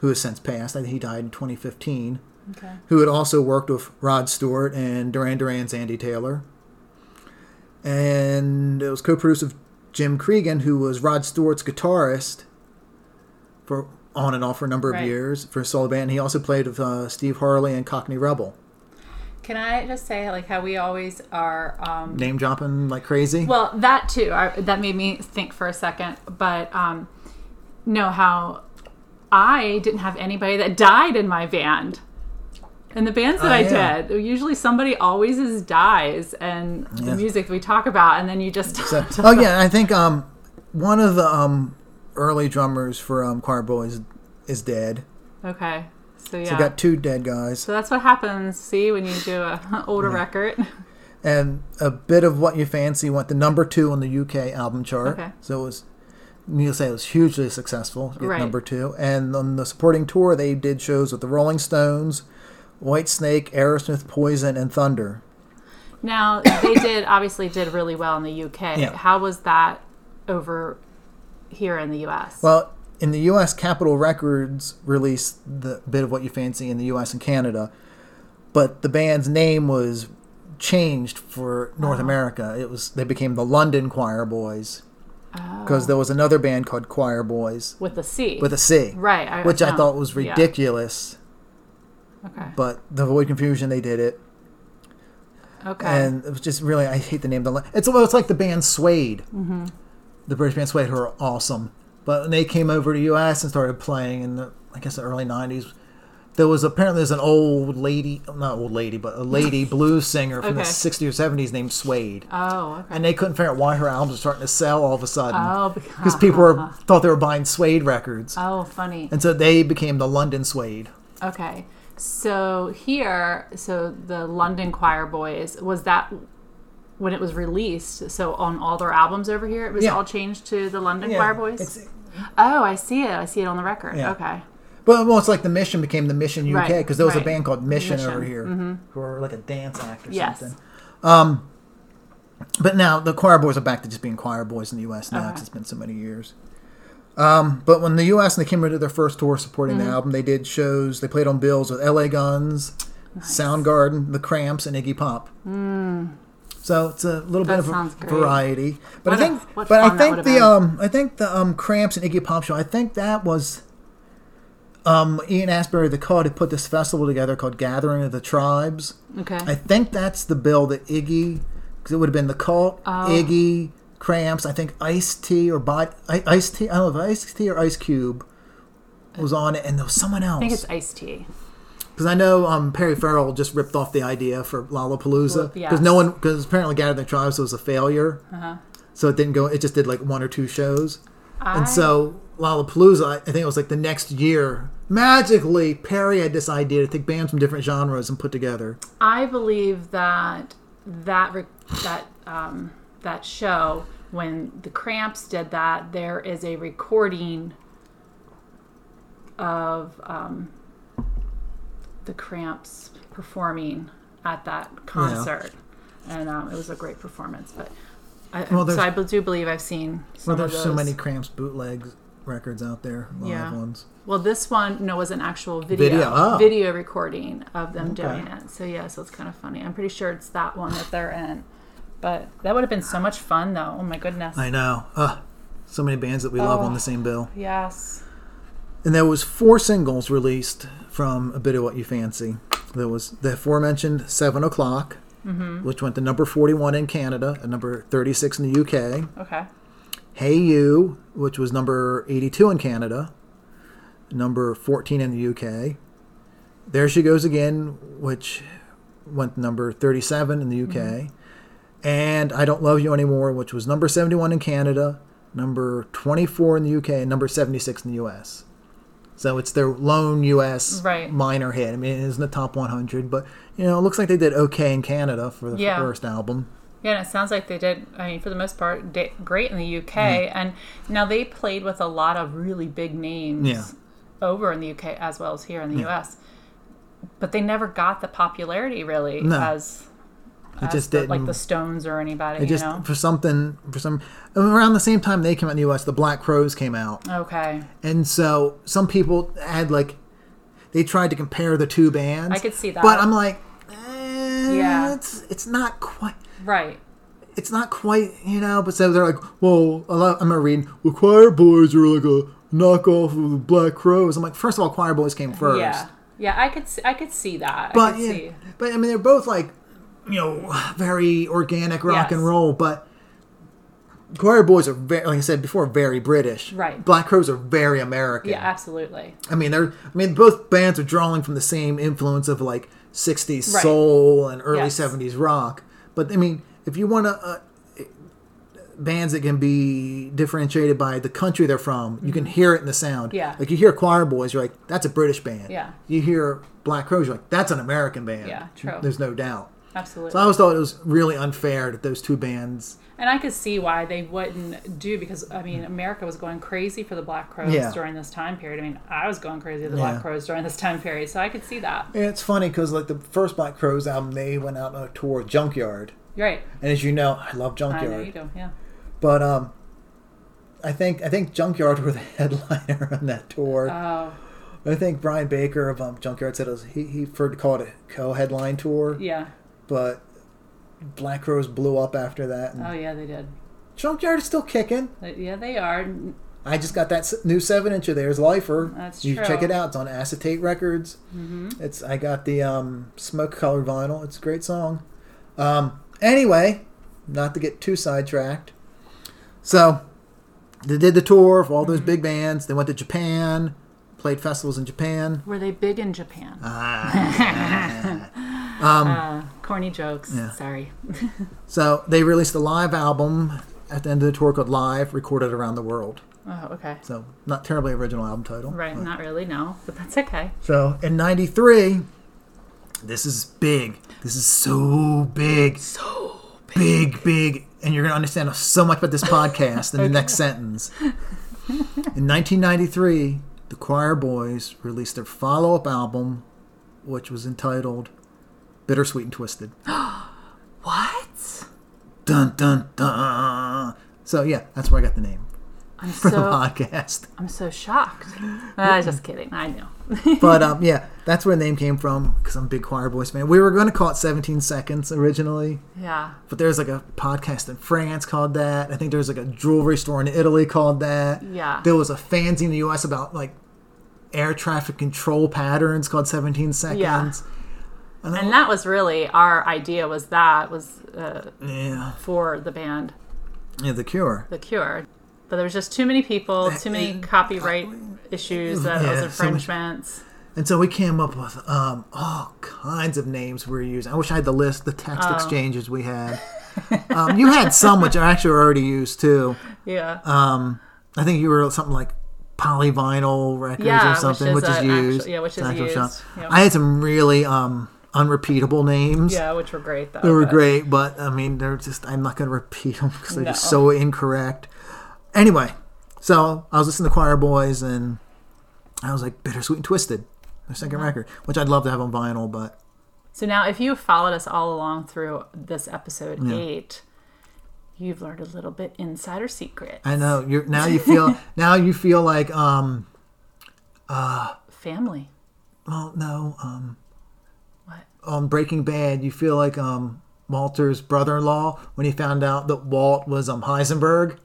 Speaker 1: who has since passed. I think he died in 2015.
Speaker 2: Okay.
Speaker 1: Who had also worked with Rod Stewart and Duran Duran's Andy Taylor. And it was co-produced with Jim Cregan, who was Rod Stewart's guitarist for on and off for a number of
Speaker 2: Right.
Speaker 1: years for his solo band. He also played with uh, Steve Harley and Cockney Rebel.
Speaker 2: Can I just say, like, how we always are? Um,
Speaker 1: Name dropping like crazy.
Speaker 2: well, that too. I, that made me think for a second, but um, know how I didn't have anybody that died in my band. And the bands that
Speaker 1: Oh,
Speaker 2: I
Speaker 1: yeah.
Speaker 2: did, usually somebody always is dies, and the music we talk about, and then you just
Speaker 1: So- oh yeah, I think um, one of the um, early drummers for um, Choir Boys is dead.
Speaker 2: okay. So yeah,
Speaker 1: So we got two dead guys.
Speaker 2: so that's what happens. See, when you do a older record,
Speaker 1: and a bit of what you fancy went to number two on the UK album chart.
Speaker 2: Okay.
Speaker 1: So it was, you say it was hugely successful at
Speaker 2: Right.
Speaker 1: number two. And on the supporting tour, they did shows with the Rolling Stones, White Snake, Aerosmith, Poison, and Thunder.
Speaker 2: Now they did obviously did really well in the UK.
Speaker 1: Yeah.
Speaker 2: How was that over here in the US?
Speaker 1: Well, in the U.S., Capitol Records released the bit of what you fancy in the U.S. and Canada, but the band's name was changed for North America. It was they became the London Choir Boys
Speaker 2: Oh.
Speaker 1: because there was another band called Choir Boys
Speaker 2: with the C.
Speaker 1: with a C.
Speaker 2: right. I,
Speaker 1: which I
Speaker 2: no.
Speaker 1: thought was
Speaker 2: Yeah.
Speaker 1: ridiculous.
Speaker 2: Okay.
Speaker 1: But to avoid confusion, they did it,
Speaker 2: Okay.
Speaker 1: and it was just really I hate the name. Of the li- it's well, it's like the band Suede, mm-hmm. the British band Suede, who are awesome. But when they came over to U.S. and started playing in the I guess the early '90s, there was apparently there's an old lady, not old lady, but a lady blues singer from the
Speaker 2: Okay.
Speaker 1: '60s or '70s named Suede,
Speaker 2: oh. Okay.
Speaker 1: and they couldn't figure out why her albums were starting to sell all of a sudden
Speaker 2: Oh,
Speaker 1: because people were thought they were buying Suede records,
Speaker 2: Oh, funny.
Speaker 1: and so they became the London Suede.
Speaker 2: Okay. So here, so the London Choir Boys was that when it was released. So on all their albums over here, it was
Speaker 1: Yeah.
Speaker 2: all changed to the London
Speaker 1: Yeah,
Speaker 2: Choir Boys.
Speaker 1: it's-
Speaker 2: Oh, I see it. I see it on the record.
Speaker 1: Yeah.
Speaker 2: Okay.
Speaker 1: Well, well, it's like the Mission became the Mission UK
Speaker 2: Right,
Speaker 1: because there was a
Speaker 2: right.
Speaker 1: band called Mission,
Speaker 2: Mission, Mm-hmm.
Speaker 1: over here who were like a dance act or
Speaker 2: Yes.
Speaker 1: something. Um, but now the choir boys are back to just being choir boys in the U.S. now 'cause
Speaker 2: Okay.
Speaker 1: it's been so many years. Um, but when the U.S. and they came out to their first tour supporting
Speaker 2: Mm-hmm.
Speaker 1: the album, they did shows. They played on bills with L.A. Guns, Soundgarden, The Cramps, and Iggy Pop. So it's a little
Speaker 2: Mm. That
Speaker 1: bit
Speaker 2: sounds
Speaker 1: of a
Speaker 2: great.
Speaker 1: variety. But
Speaker 2: What
Speaker 1: I
Speaker 2: a-
Speaker 1: think,
Speaker 2: what
Speaker 1: but I
Speaker 2: fun that
Speaker 1: think
Speaker 2: would've
Speaker 1: the
Speaker 2: been.
Speaker 1: um, I think the um, Cramps and Iggy Pop show. I think that was um, Ian Asbury, the card, had put this festival together called Gathering of the Tribes.
Speaker 2: Okay.
Speaker 1: I think that's the bill that Iggy, because it would have been the cult,
Speaker 2: Oh.
Speaker 1: Iggy, Cramps. I think Ice T or Body, I, Ice T. I don't know if Ice T or Ice Cube was on it, and there was someone else.
Speaker 2: I think it's iced tea.
Speaker 1: Because I know um, Perry Farrell just ripped off the idea for Lollapalooza. Because
Speaker 2: Well,
Speaker 1: no
Speaker 2: yes.
Speaker 1: one, because apparently Gathering the Tribes was a failure.
Speaker 2: Uh-huh.
Speaker 1: So it didn't go, it just did like one or two shows.
Speaker 2: I-
Speaker 1: And so Lollapalooza, I I think it was like the next year, magically, Perry had this idea to take bands from different genres and put together.
Speaker 2: I believe that that re- that um, that show when the Cramps did that, there is a recording of um, the Cramps performing at that concert, and um, it was a great performance. But I,
Speaker 1: Well,
Speaker 2: so
Speaker 1: there's-
Speaker 2: I do believe I've seen some
Speaker 1: Well,
Speaker 2: of
Speaker 1: there's
Speaker 2: those.
Speaker 1: so many Cramps bootleg records out there, live
Speaker 2: Yeah.
Speaker 1: ones.
Speaker 2: Well, this one no was an actual video
Speaker 1: Video, oh.
Speaker 2: video recording of them doing
Speaker 1: Okay.
Speaker 2: it. So yeah, so it's kind of funny. I'm pretty sure it's that one that they're in. But that would have been so much fun though. Oh my goodness.
Speaker 1: I know. Uh, so many bands that we love on the same bill.
Speaker 2: yes.
Speaker 1: And there was four singles released from A Bit of What You Fancy. There was the aforementioned Seven O'Clock, which went to number 41 in Canada and number 36 in the UK.
Speaker 2: Okay.
Speaker 1: Hey You, which was number 82 in Canada, number 14 in the UK. There She Goes Again, which went to number 37 in the UK.
Speaker 2: Mm-hmm.
Speaker 1: And I Don't Love You Anymore, which was number 71 in Canada, number 24 in the UK, and number 76 in the US. So it's their lone US
Speaker 2: Right.
Speaker 1: minor hit. I mean, it isn't the top 100, but, you know, it looks like they did okay in Canada for the
Speaker 2: Yeah.
Speaker 1: first album.
Speaker 2: Yeah, and it sounds like they did. I mean, for the most part, did great in the UK.
Speaker 1: Mm-hmm.
Speaker 2: And now they played with a lot of really big names
Speaker 1: Yeah.
Speaker 2: over in the UK as well as here in the US. But they never got the popularity really
Speaker 1: No.
Speaker 2: as, as
Speaker 1: just
Speaker 2: the- like
Speaker 1: didn't-
Speaker 2: the Stones or anybody.
Speaker 1: It just
Speaker 2: you know.
Speaker 1: for something for some around the same time they came out in the U.S. The Black Crows came out,
Speaker 2: Okay.
Speaker 1: and so some people had like they tried to compare the two bands.
Speaker 2: I could see that.
Speaker 1: but I'm like, eh,
Speaker 2: Yeah.
Speaker 1: it's it's not quite.
Speaker 2: Right.
Speaker 1: It's not quite, you know, but so they're like, well, a lot, I'm gonna read, well, Choir Boys are like a knockoff of the Black Crows. I'm like, first of all, Choir Boys came first.
Speaker 2: Yeah. Yeah, I could s- I could see that. I
Speaker 1: but
Speaker 2: could
Speaker 1: yeah,
Speaker 2: see.
Speaker 1: but I mean, they're both like, you know, very organic rock
Speaker 2: Yes.
Speaker 1: and roll. But Choir Boys are very, like I said before, very British.
Speaker 2: Right.
Speaker 1: Black Crows are very American.
Speaker 2: Yeah, absolutely.
Speaker 1: I mean, they're. I mean, both bands are drawing from the same influence of like '60s
Speaker 2: Right.
Speaker 1: soul and early
Speaker 2: Yes.
Speaker 1: '70s rock. But I mean, if you want to. Uh, bands that can be differentiated by the country they're from you can hear it in the sound
Speaker 2: Mm-hmm. Yeah.
Speaker 1: like you hear choir boys you're like that's a british band
Speaker 2: Yeah.
Speaker 1: you hear black crows you're like that's an american band
Speaker 2: Yeah, true.
Speaker 1: there's no doubt
Speaker 2: Absolutely.
Speaker 1: so i always thought it was really unfair that those two bands
Speaker 2: and I could see why they wouldn't do because I mean, America was going crazy for the Black Crows
Speaker 1: Yeah.
Speaker 2: during this time period. I mean, I was going crazy for the
Speaker 1: Yeah.
Speaker 2: Black Crows during this time period, so I could see that.
Speaker 1: and it's funny because like the first black crows album they went out on a tour of junkyard
Speaker 2: You're right.
Speaker 1: and as you know i love
Speaker 2: I
Speaker 1: junkyard
Speaker 2: know you do. Yeah.
Speaker 1: But um, I think I think Junkyard were the headliner on that tour.
Speaker 2: Oh,
Speaker 1: I think Brian Baker of um, Junkyard said it was, he he preferred to call it a co-headline tour,
Speaker 2: yeah.
Speaker 1: but Black Rose blew up after that. And
Speaker 2: Oh, yeah, they did.
Speaker 1: Junkyard is still kicking.
Speaker 2: They- Yeah, they are.
Speaker 1: I just got that s- new seven inch of theirs, Lifer.
Speaker 2: That's
Speaker 1: you
Speaker 2: true.
Speaker 1: check it out. It's on Acetate Records. Mm-hmm. It's I got the um, smoke colored vinyl. It's a great song. Um, anyway, not to get too sidetracked. So they did the tour of all
Speaker 2: Mm-hmm.
Speaker 1: those big bands. They went to Japan, played festivals in Japan.
Speaker 2: Were they big in Japan? uh, corny jokes.
Speaker 1: yeah.
Speaker 2: Sorry.
Speaker 1: So they released a live album at the end of the tour called Live, recorded around the world.
Speaker 2: Oh, okay.
Speaker 1: So not terribly original album title.
Speaker 2: Right. Not really. No, but that's okay.
Speaker 1: So in '93, this is big. This is so big, so big, big, and you're gonna understand so much about this podcast in the next sentence. In 1993, the Choir Boys released their follow up album, which was entitled Bittersweet and Twisted.
Speaker 2: What?
Speaker 1: Dun, dun, dun. So, yeah, that's where I got the name
Speaker 2: I'm
Speaker 1: for the
Speaker 2: so
Speaker 1: podcast.
Speaker 2: I'm so shocked. Ah, just kidding. I know.
Speaker 1: But um, yeah, that's where the name came from because I'm a big Choir Boys fan. We were going to call it 17 Seconds originally,
Speaker 2: Yeah.
Speaker 1: but there's like a podcast in France called that. I think there's like a jewelry store in Italy called that.
Speaker 2: Yeah.
Speaker 1: There was a fanzine in the U.S. about like air traffic control patterns called 17 Seconds.
Speaker 2: And that was really our idea. Was that was uh,
Speaker 1: Yeah.
Speaker 2: for the band
Speaker 1: Yeah, The Cure.
Speaker 2: The Cure, but there was just too many people, too many copyright issues that
Speaker 1: Eh, Yeah,
Speaker 2: was
Speaker 1: so much-
Speaker 2: infringements.
Speaker 1: And so we came up with um, all kinds of names we were using. I wish I had the list, the text exchanges we had. um, you had some which I actually already used too.
Speaker 2: Yeah.
Speaker 1: Um, I think you were something like polyvinyl records
Speaker 2: Yeah,
Speaker 1: or
Speaker 2: which
Speaker 1: something,
Speaker 2: is
Speaker 1: which is,
Speaker 2: an actual-
Speaker 1: used.
Speaker 2: yeah, which is
Speaker 1: An actual
Speaker 2: used,
Speaker 1: shop.
Speaker 2: yeah.
Speaker 1: I had some really um, unrepeatable names.
Speaker 2: yeah, which were great though.
Speaker 1: They were
Speaker 2: but-
Speaker 1: great, but I mean, they're just, I'm not going to repeat them because they're just
Speaker 2: No.
Speaker 1: so incorrect. Anyway, so I was listening to Choir Boys and I was like, Bittersweet and Twisted, their 2nd
Speaker 2: Mm-hmm.
Speaker 1: record, which I'd love to have on vinyl, but
Speaker 2: So now, if you followed us all along through this episode eight, you've learned a little bit insider secret,
Speaker 1: I know you're now you feel, now you feel like, um,
Speaker 2: family.
Speaker 1: well, no, um,
Speaker 2: What?
Speaker 1: on Breaking Bad, you feel like, um, Walter's brother-in-law when he found out that Walt was, um, Heisenberg.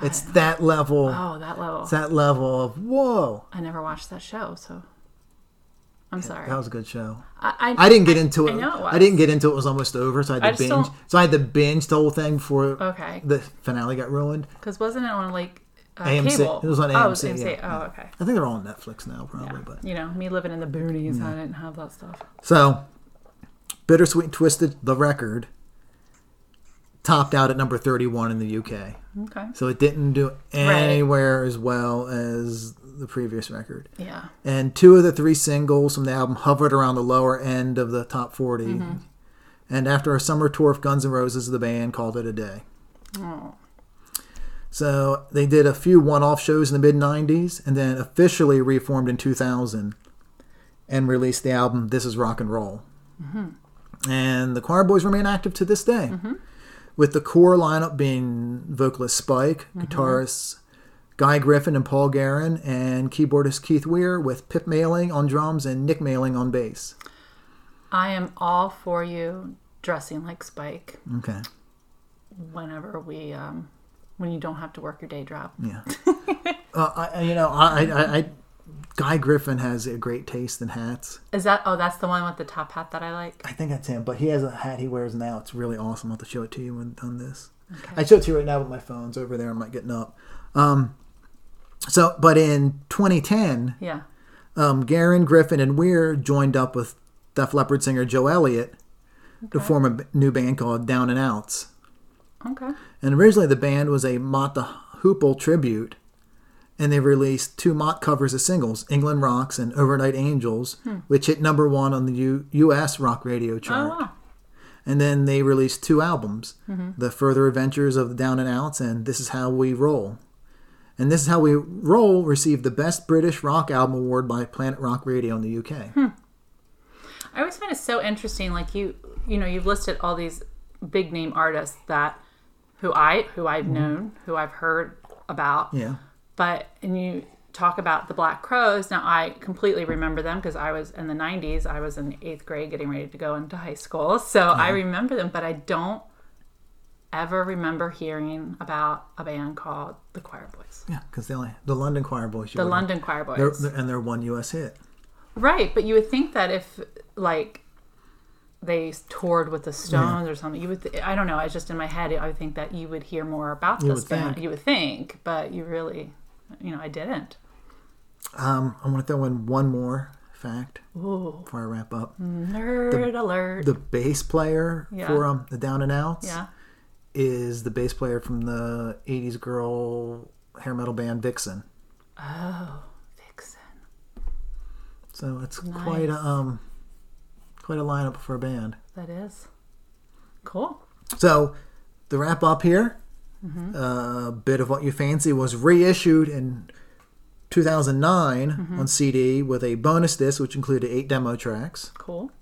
Speaker 1: It's that level,
Speaker 2: Oh, that level.
Speaker 1: it's that level of, whoa,
Speaker 2: I never watched that show, so I'm sorry.
Speaker 1: that was a good show.
Speaker 2: I,
Speaker 1: I didn't get into it. I,
Speaker 2: know it
Speaker 1: didn't get into it. It was almost over, so I
Speaker 2: I
Speaker 1: had to
Speaker 2: just
Speaker 1: binge. So I had to binge the whole thing before
Speaker 2: Okay.
Speaker 1: the finale got ruined.
Speaker 2: because wasn't it on like uh,
Speaker 1: AMC.
Speaker 2: cable?
Speaker 1: It was on
Speaker 2: Oh, it was
Speaker 1: AMC,
Speaker 2: AMC.
Speaker 1: yeah.
Speaker 2: Oh, okay.
Speaker 1: I think they're all on Netflix now, probably. But
Speaker 2: You know, me living in the boonies, I didn't have that stuff.
Speaker 1: so, bittersweet and twisted, the record topped out at number thirty-one in the UK.
Speaker 2: Okay.
Speaker 1: So it didn't do
Speaker 2: Right.
Speaker 1: anywhere as well as the previous record.
Speaker 2: Yeah.
Speaker 1: and two of the three singles from the album hovered around the lower end of the top 40 and after a summer tour of guns n' roses the band called it a day so they did a few one-off shows in the mid-90s and then officially reformed in 2000 and released the album this is rock and roll and the choir boys remain active to this day with the core lineup being vocalist spike guitarists Guy Griffin and Paul Guerin, and keyboardist Keith Weir, with Pip Mailing on drums and Nick Mailing on bass.
Speaker 2: I am all for you dressing like Spike
Speaker 1: Okay,
Speaker 2: whenever we, um, when you don't have to work your day job.
Speaker 1: yeah. uh, I, I- you know, I, I, I, Guy Griffin has a great taste in hats.
Speaker 2: Is that, oh, that's the one with the top hat that I like?
Speaker 1: I think that's him, but he has a hat he wears now. It's really awesome. I'll have to show it to you when done this. I show it to you right now, but my phone's over there. I'm not getting up. Um, so, but in 2010,
Speaker 2: Yeah.
Speaker 1: um, Garen, Griffin, and Weir joined up with Def Leppard singer Joe Elliott to form a b- new band called Down and Outs.
Speaker 2: Okay.
Speaker 1: And originally, the band was a Mott the Hoople tribute, and they released two Mott covers as singles, "England Rocks" and "Overnight Angels,"
Speaker 2: Hmm.
Speaker 1: which hit number one on the U- U.S. rock radio
Speaker 2: Oh,
Speaker 1: chart.
Speaker 2: wow. Mm-hmm.
Speaker 1: And then they released two albums, "The Further Adventures of the Down and Outs" and "This Is How We Roll." And "This Is How We Roll" received the Best British Rock Album award by Planet Rock Radio in the UK.
Speaker 2: Hmm. I always find it so interesting. Like you, you know, you've listed all these big name artists that who I who I've known, who I've heard about.
Speaker 1: Yeah,
Speaker 2: But and you talk about the Black Crows. Now I completely remember them because I was in the '90s. I was in eighth grade, getting ready to go into high school, so I remember them. But I don't ever remember hearing about a band called the Choir Boys,
Speaker 1: yeah, because they only the London Choir Boys.
Speaker 2: the London Choir Boys.
Speaker 1: and their one U.S. hit.
Speaker 2: Right, but you would think that if like they toured with the Stones or something, you would. Th- I don't know. I just in my head, I would think that you would hear more about this
Speaker 1: would
Speaker 2: band.
Speaker 1: think.
Speaker 2: You would think, but you really, you know, I didn't.
Speaker 1: Um, I want to throw in one more fact
Speaker 2: Ooh,
Speaker 1: before I wrap up.
Speaker 2: nerd alert!
Speaker 1: the bass player
Speaker 2: Yeah.
Speaker 1: for um, the Down and Outs
Speaker 2: yeah,
Speaker 1: is the bass player from the 80s girl hair metal band Vixen.
Speaker 2: Oh, Vixen.
Speaker 1: So it's quite a um quite a lineup for a band.
Speaker 2: That is cool.
Speaker 1: So to wrap up here,
Speaker 2: Mm-hmm.
Speaker 1: Uh, Bit of What You Fancy was reissued in 2009
Speaker 2: Mm-hmm.
Speaker 1: on CD with a bonus disc, which included eight demo tracks.
Speaker 2: Cool.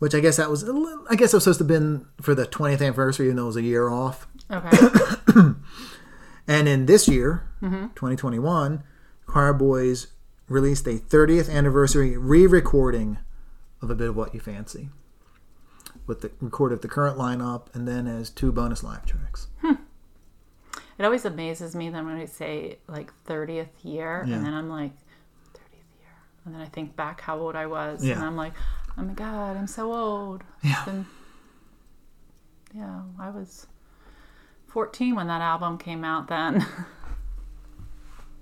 Speaker 1: Which I guess that was, a little- I guess it was supposed to have been for the 20th anniversary, even though it was a year off.
Speaker 2: Okay.
Speaker 1: And in this year, 2021, Choir Boys released a 30th anniversary re recording of A Bit of What You Fancy with the record of the current lineup and then as two bonus live tracks.
Speaker 2: It always amazes me then when I say like 30th year,
Speaker 1: Yeah.
Speaker 2: and then I'm like, 30th year. And then I think back how old I was, and
Speaker 1: Yeah.
Speaker 2: I'm like, oh my God, I'm so old.
Speaker 1: Yeah.
Speaker 2: Then- yeah, I was 14 when that album came out then.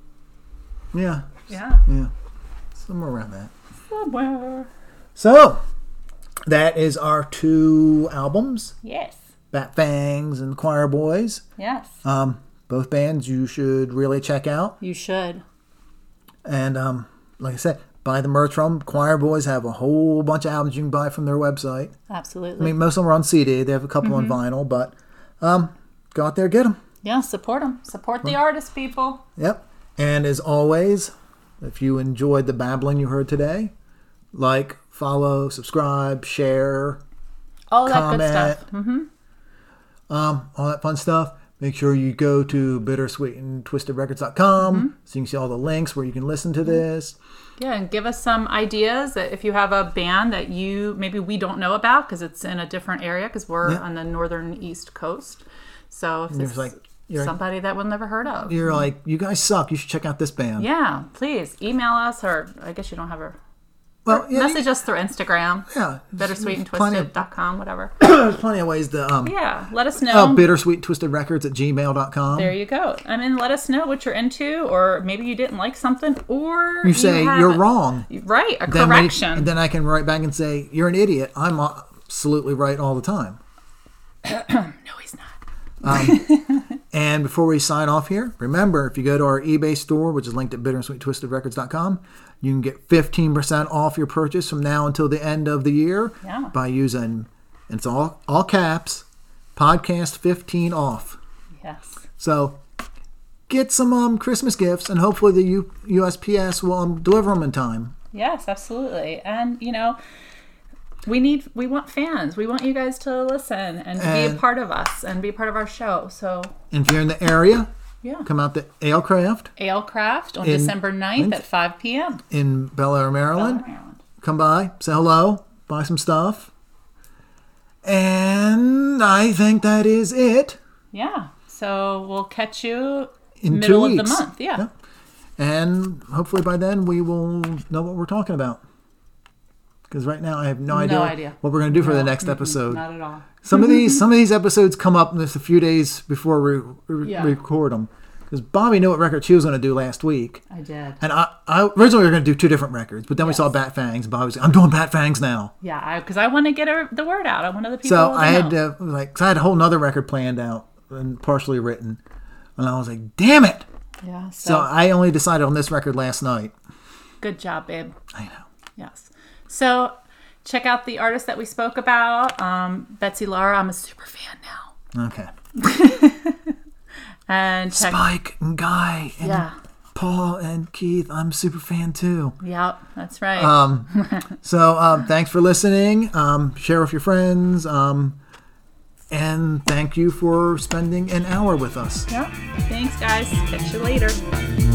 Speaker 1: Yeah,
Speaker 2: yeah.
Speaker 1: yeah. Somewhere around that.
Speaker 2: Somewhere.
Speaker 1: So, that is our two albums
Speaker 2: Yes.
Speaker 1: Bat Fangs and Choir Boys.
Speaker 2: Yes.
Speaker 1: Um, both bands you should really check out.
Speaker 2: You should.
Speaker 1: And um, like I said, buy the merch from 'em. Choir Boys have a whole bunch of albums you can buy from their website. I
Speaker 2: Absolutely.
Speaker 1: mean, most of them are on CD. They have a couple
Speaker 2: Mm-hmm.
Speaker 1: on vinyl, but um, go out there, get them.
Speaker 2: yeah, support them. Support the artists, people.
Speaker 1: Yep. And as always, if you enjoyed the babbling you heard today, like, follow, subscribe, share,
Speaker 2: All that
Speaker 1: comment,
Speaker 2: good stuff. Mm-hmm.
Speaker 1: um, all that fun stuff. Make sure you go to bittersweetandtwistedrecords.com
Speaker 2: Mm-hmm.
Speaker 1: so you can see all the links where you can listen to this.
Speaker 2: Yeah, and give us some ideas that if you have a band that you maybe we don't know about because it's in a different area because we're
Speaker 1: Yeah.
Speaker 2: on the northern east coast. So if it's
Speaker 1: like-
Speaker 2: like
Speaker 1: you're-
Speaker 2: somebody that we'll never heard of,
Speaker 1: You're like, you guys suck. You should check out this band.
Speaker 2: yeah, please email us or I guess you don't have her.
Speaker 1: well, yeah,
Speaker 2: Message us through Instagram,
Speaker 1: yeah. plenty of-
Speaker 2: bittersweetandtwisted.com, whatever.
Speaker 1: There's plenty of ways to. Um,
Speaker 2: Yeah, let us know.
Speaker 1: Oh, bittersweettwistedrecords at gmail.com.
Speaker 2: there you go. I mean, let us know what you're into, or maybe you didn't like something, or
Speaker 1: you say,
Speaker 2: have-
Speaker 1: you're wrong.
Speaker 2: Right, a
Speaker 1: then we-
Speaker 2: correction.
Speaker 1: then I can write back and say, "You're an idiot. I'm absolutely right all the time."
Speaker 2: no, he's not.
Speaker 1: Um, And before we sign off here, remember if you go to our eBay store, which is linked at bittersweettwistedrecords.com, you can get 15% off your purchase from now until the end of the year
Speaker 2: Yeah.
Speaker 1: by using and it's all all caps podcast 15 off.
Speaker 2: Yes.
Speaker 1: So get some um, Christmas gifts and hopefully the U- USPS will um, deliver them in time.
Speaker 2: Yes, absolutely. And you know, we need we want fans. We want you guys to listen and to be
Speaker 1: And-
Speaker 2: a part of us and be a part of our show. So
Speaker 1: And if you're in the area,
Speaker 2: yeah.
Speaker 1: come out to Alecraft
Speaker 2: Alecraft on
Speaker 1: In-
Speaker 2: December 9th at 5 p.m.
Speaker 1: in Bel Air, Maryland.
Speaker 2: Maryland.
Speaker 1: come by, say hello, buy some stuff. And I think that is it.
Speaker 2: Yeah. So we'll catch you
Speaker 1: In two
Speaker 2: middle of the
Speaker 1: weeks.
Speaker 2: month. Yeah.
Speaker 1: Yeah. And hopefully by then we will know what we're talking about. Because right now I have no, idea,
Speaker 2: idea.
Speaker 1: what we're going to do for the next episode.
Speaker 2: Not at all.
Speaker 1: some of
Speaker 2: mm-hmm.
Speaker 1: these some of these episodes come up just a few days before we re-
Speaker 2: Yeah.
Speaker 1: record them. Because Bobby knew what record she was going to do last week.
Speaker 2: I did.
Speaker 1: And I, I originally we were going to do two different records, but then we saw Bat Fangs. Bobby was like, I'm doing Bat Fangs now.
Speaker 2: Yeah, because I, want to get a, the word out. I want other people.
Speaker 1: So I had
Speaker 2: know.
Speaker 1: to like, 'cause I had a whole nother record planned out and partially written, and I was like, "Damn it!"
Speaker 2: Yeah.
Speaker 1: So I only decided on this record last night.
Speaker 2: Good job, babe.
Speaker 1: I know.
Speaker 2: Yes. So check out the artists that we spoke about. Um, Betsy Lara, I'm a super fan now.
Speaker 1: Okay.
Speaker 2: And check.
Speaker 1: Spike and Guy and
Speaker 2: Yeah.
Speaker 1: Paul and Keith. I'm a super fan too.
Speaker 2: Yep. That's right.
Speaker 1: So um, thanks for listening. Um, share with your friends. Um, and thank you for spending an hour with us.
Speaker 2: yep. Thanks, guys. Catch you later.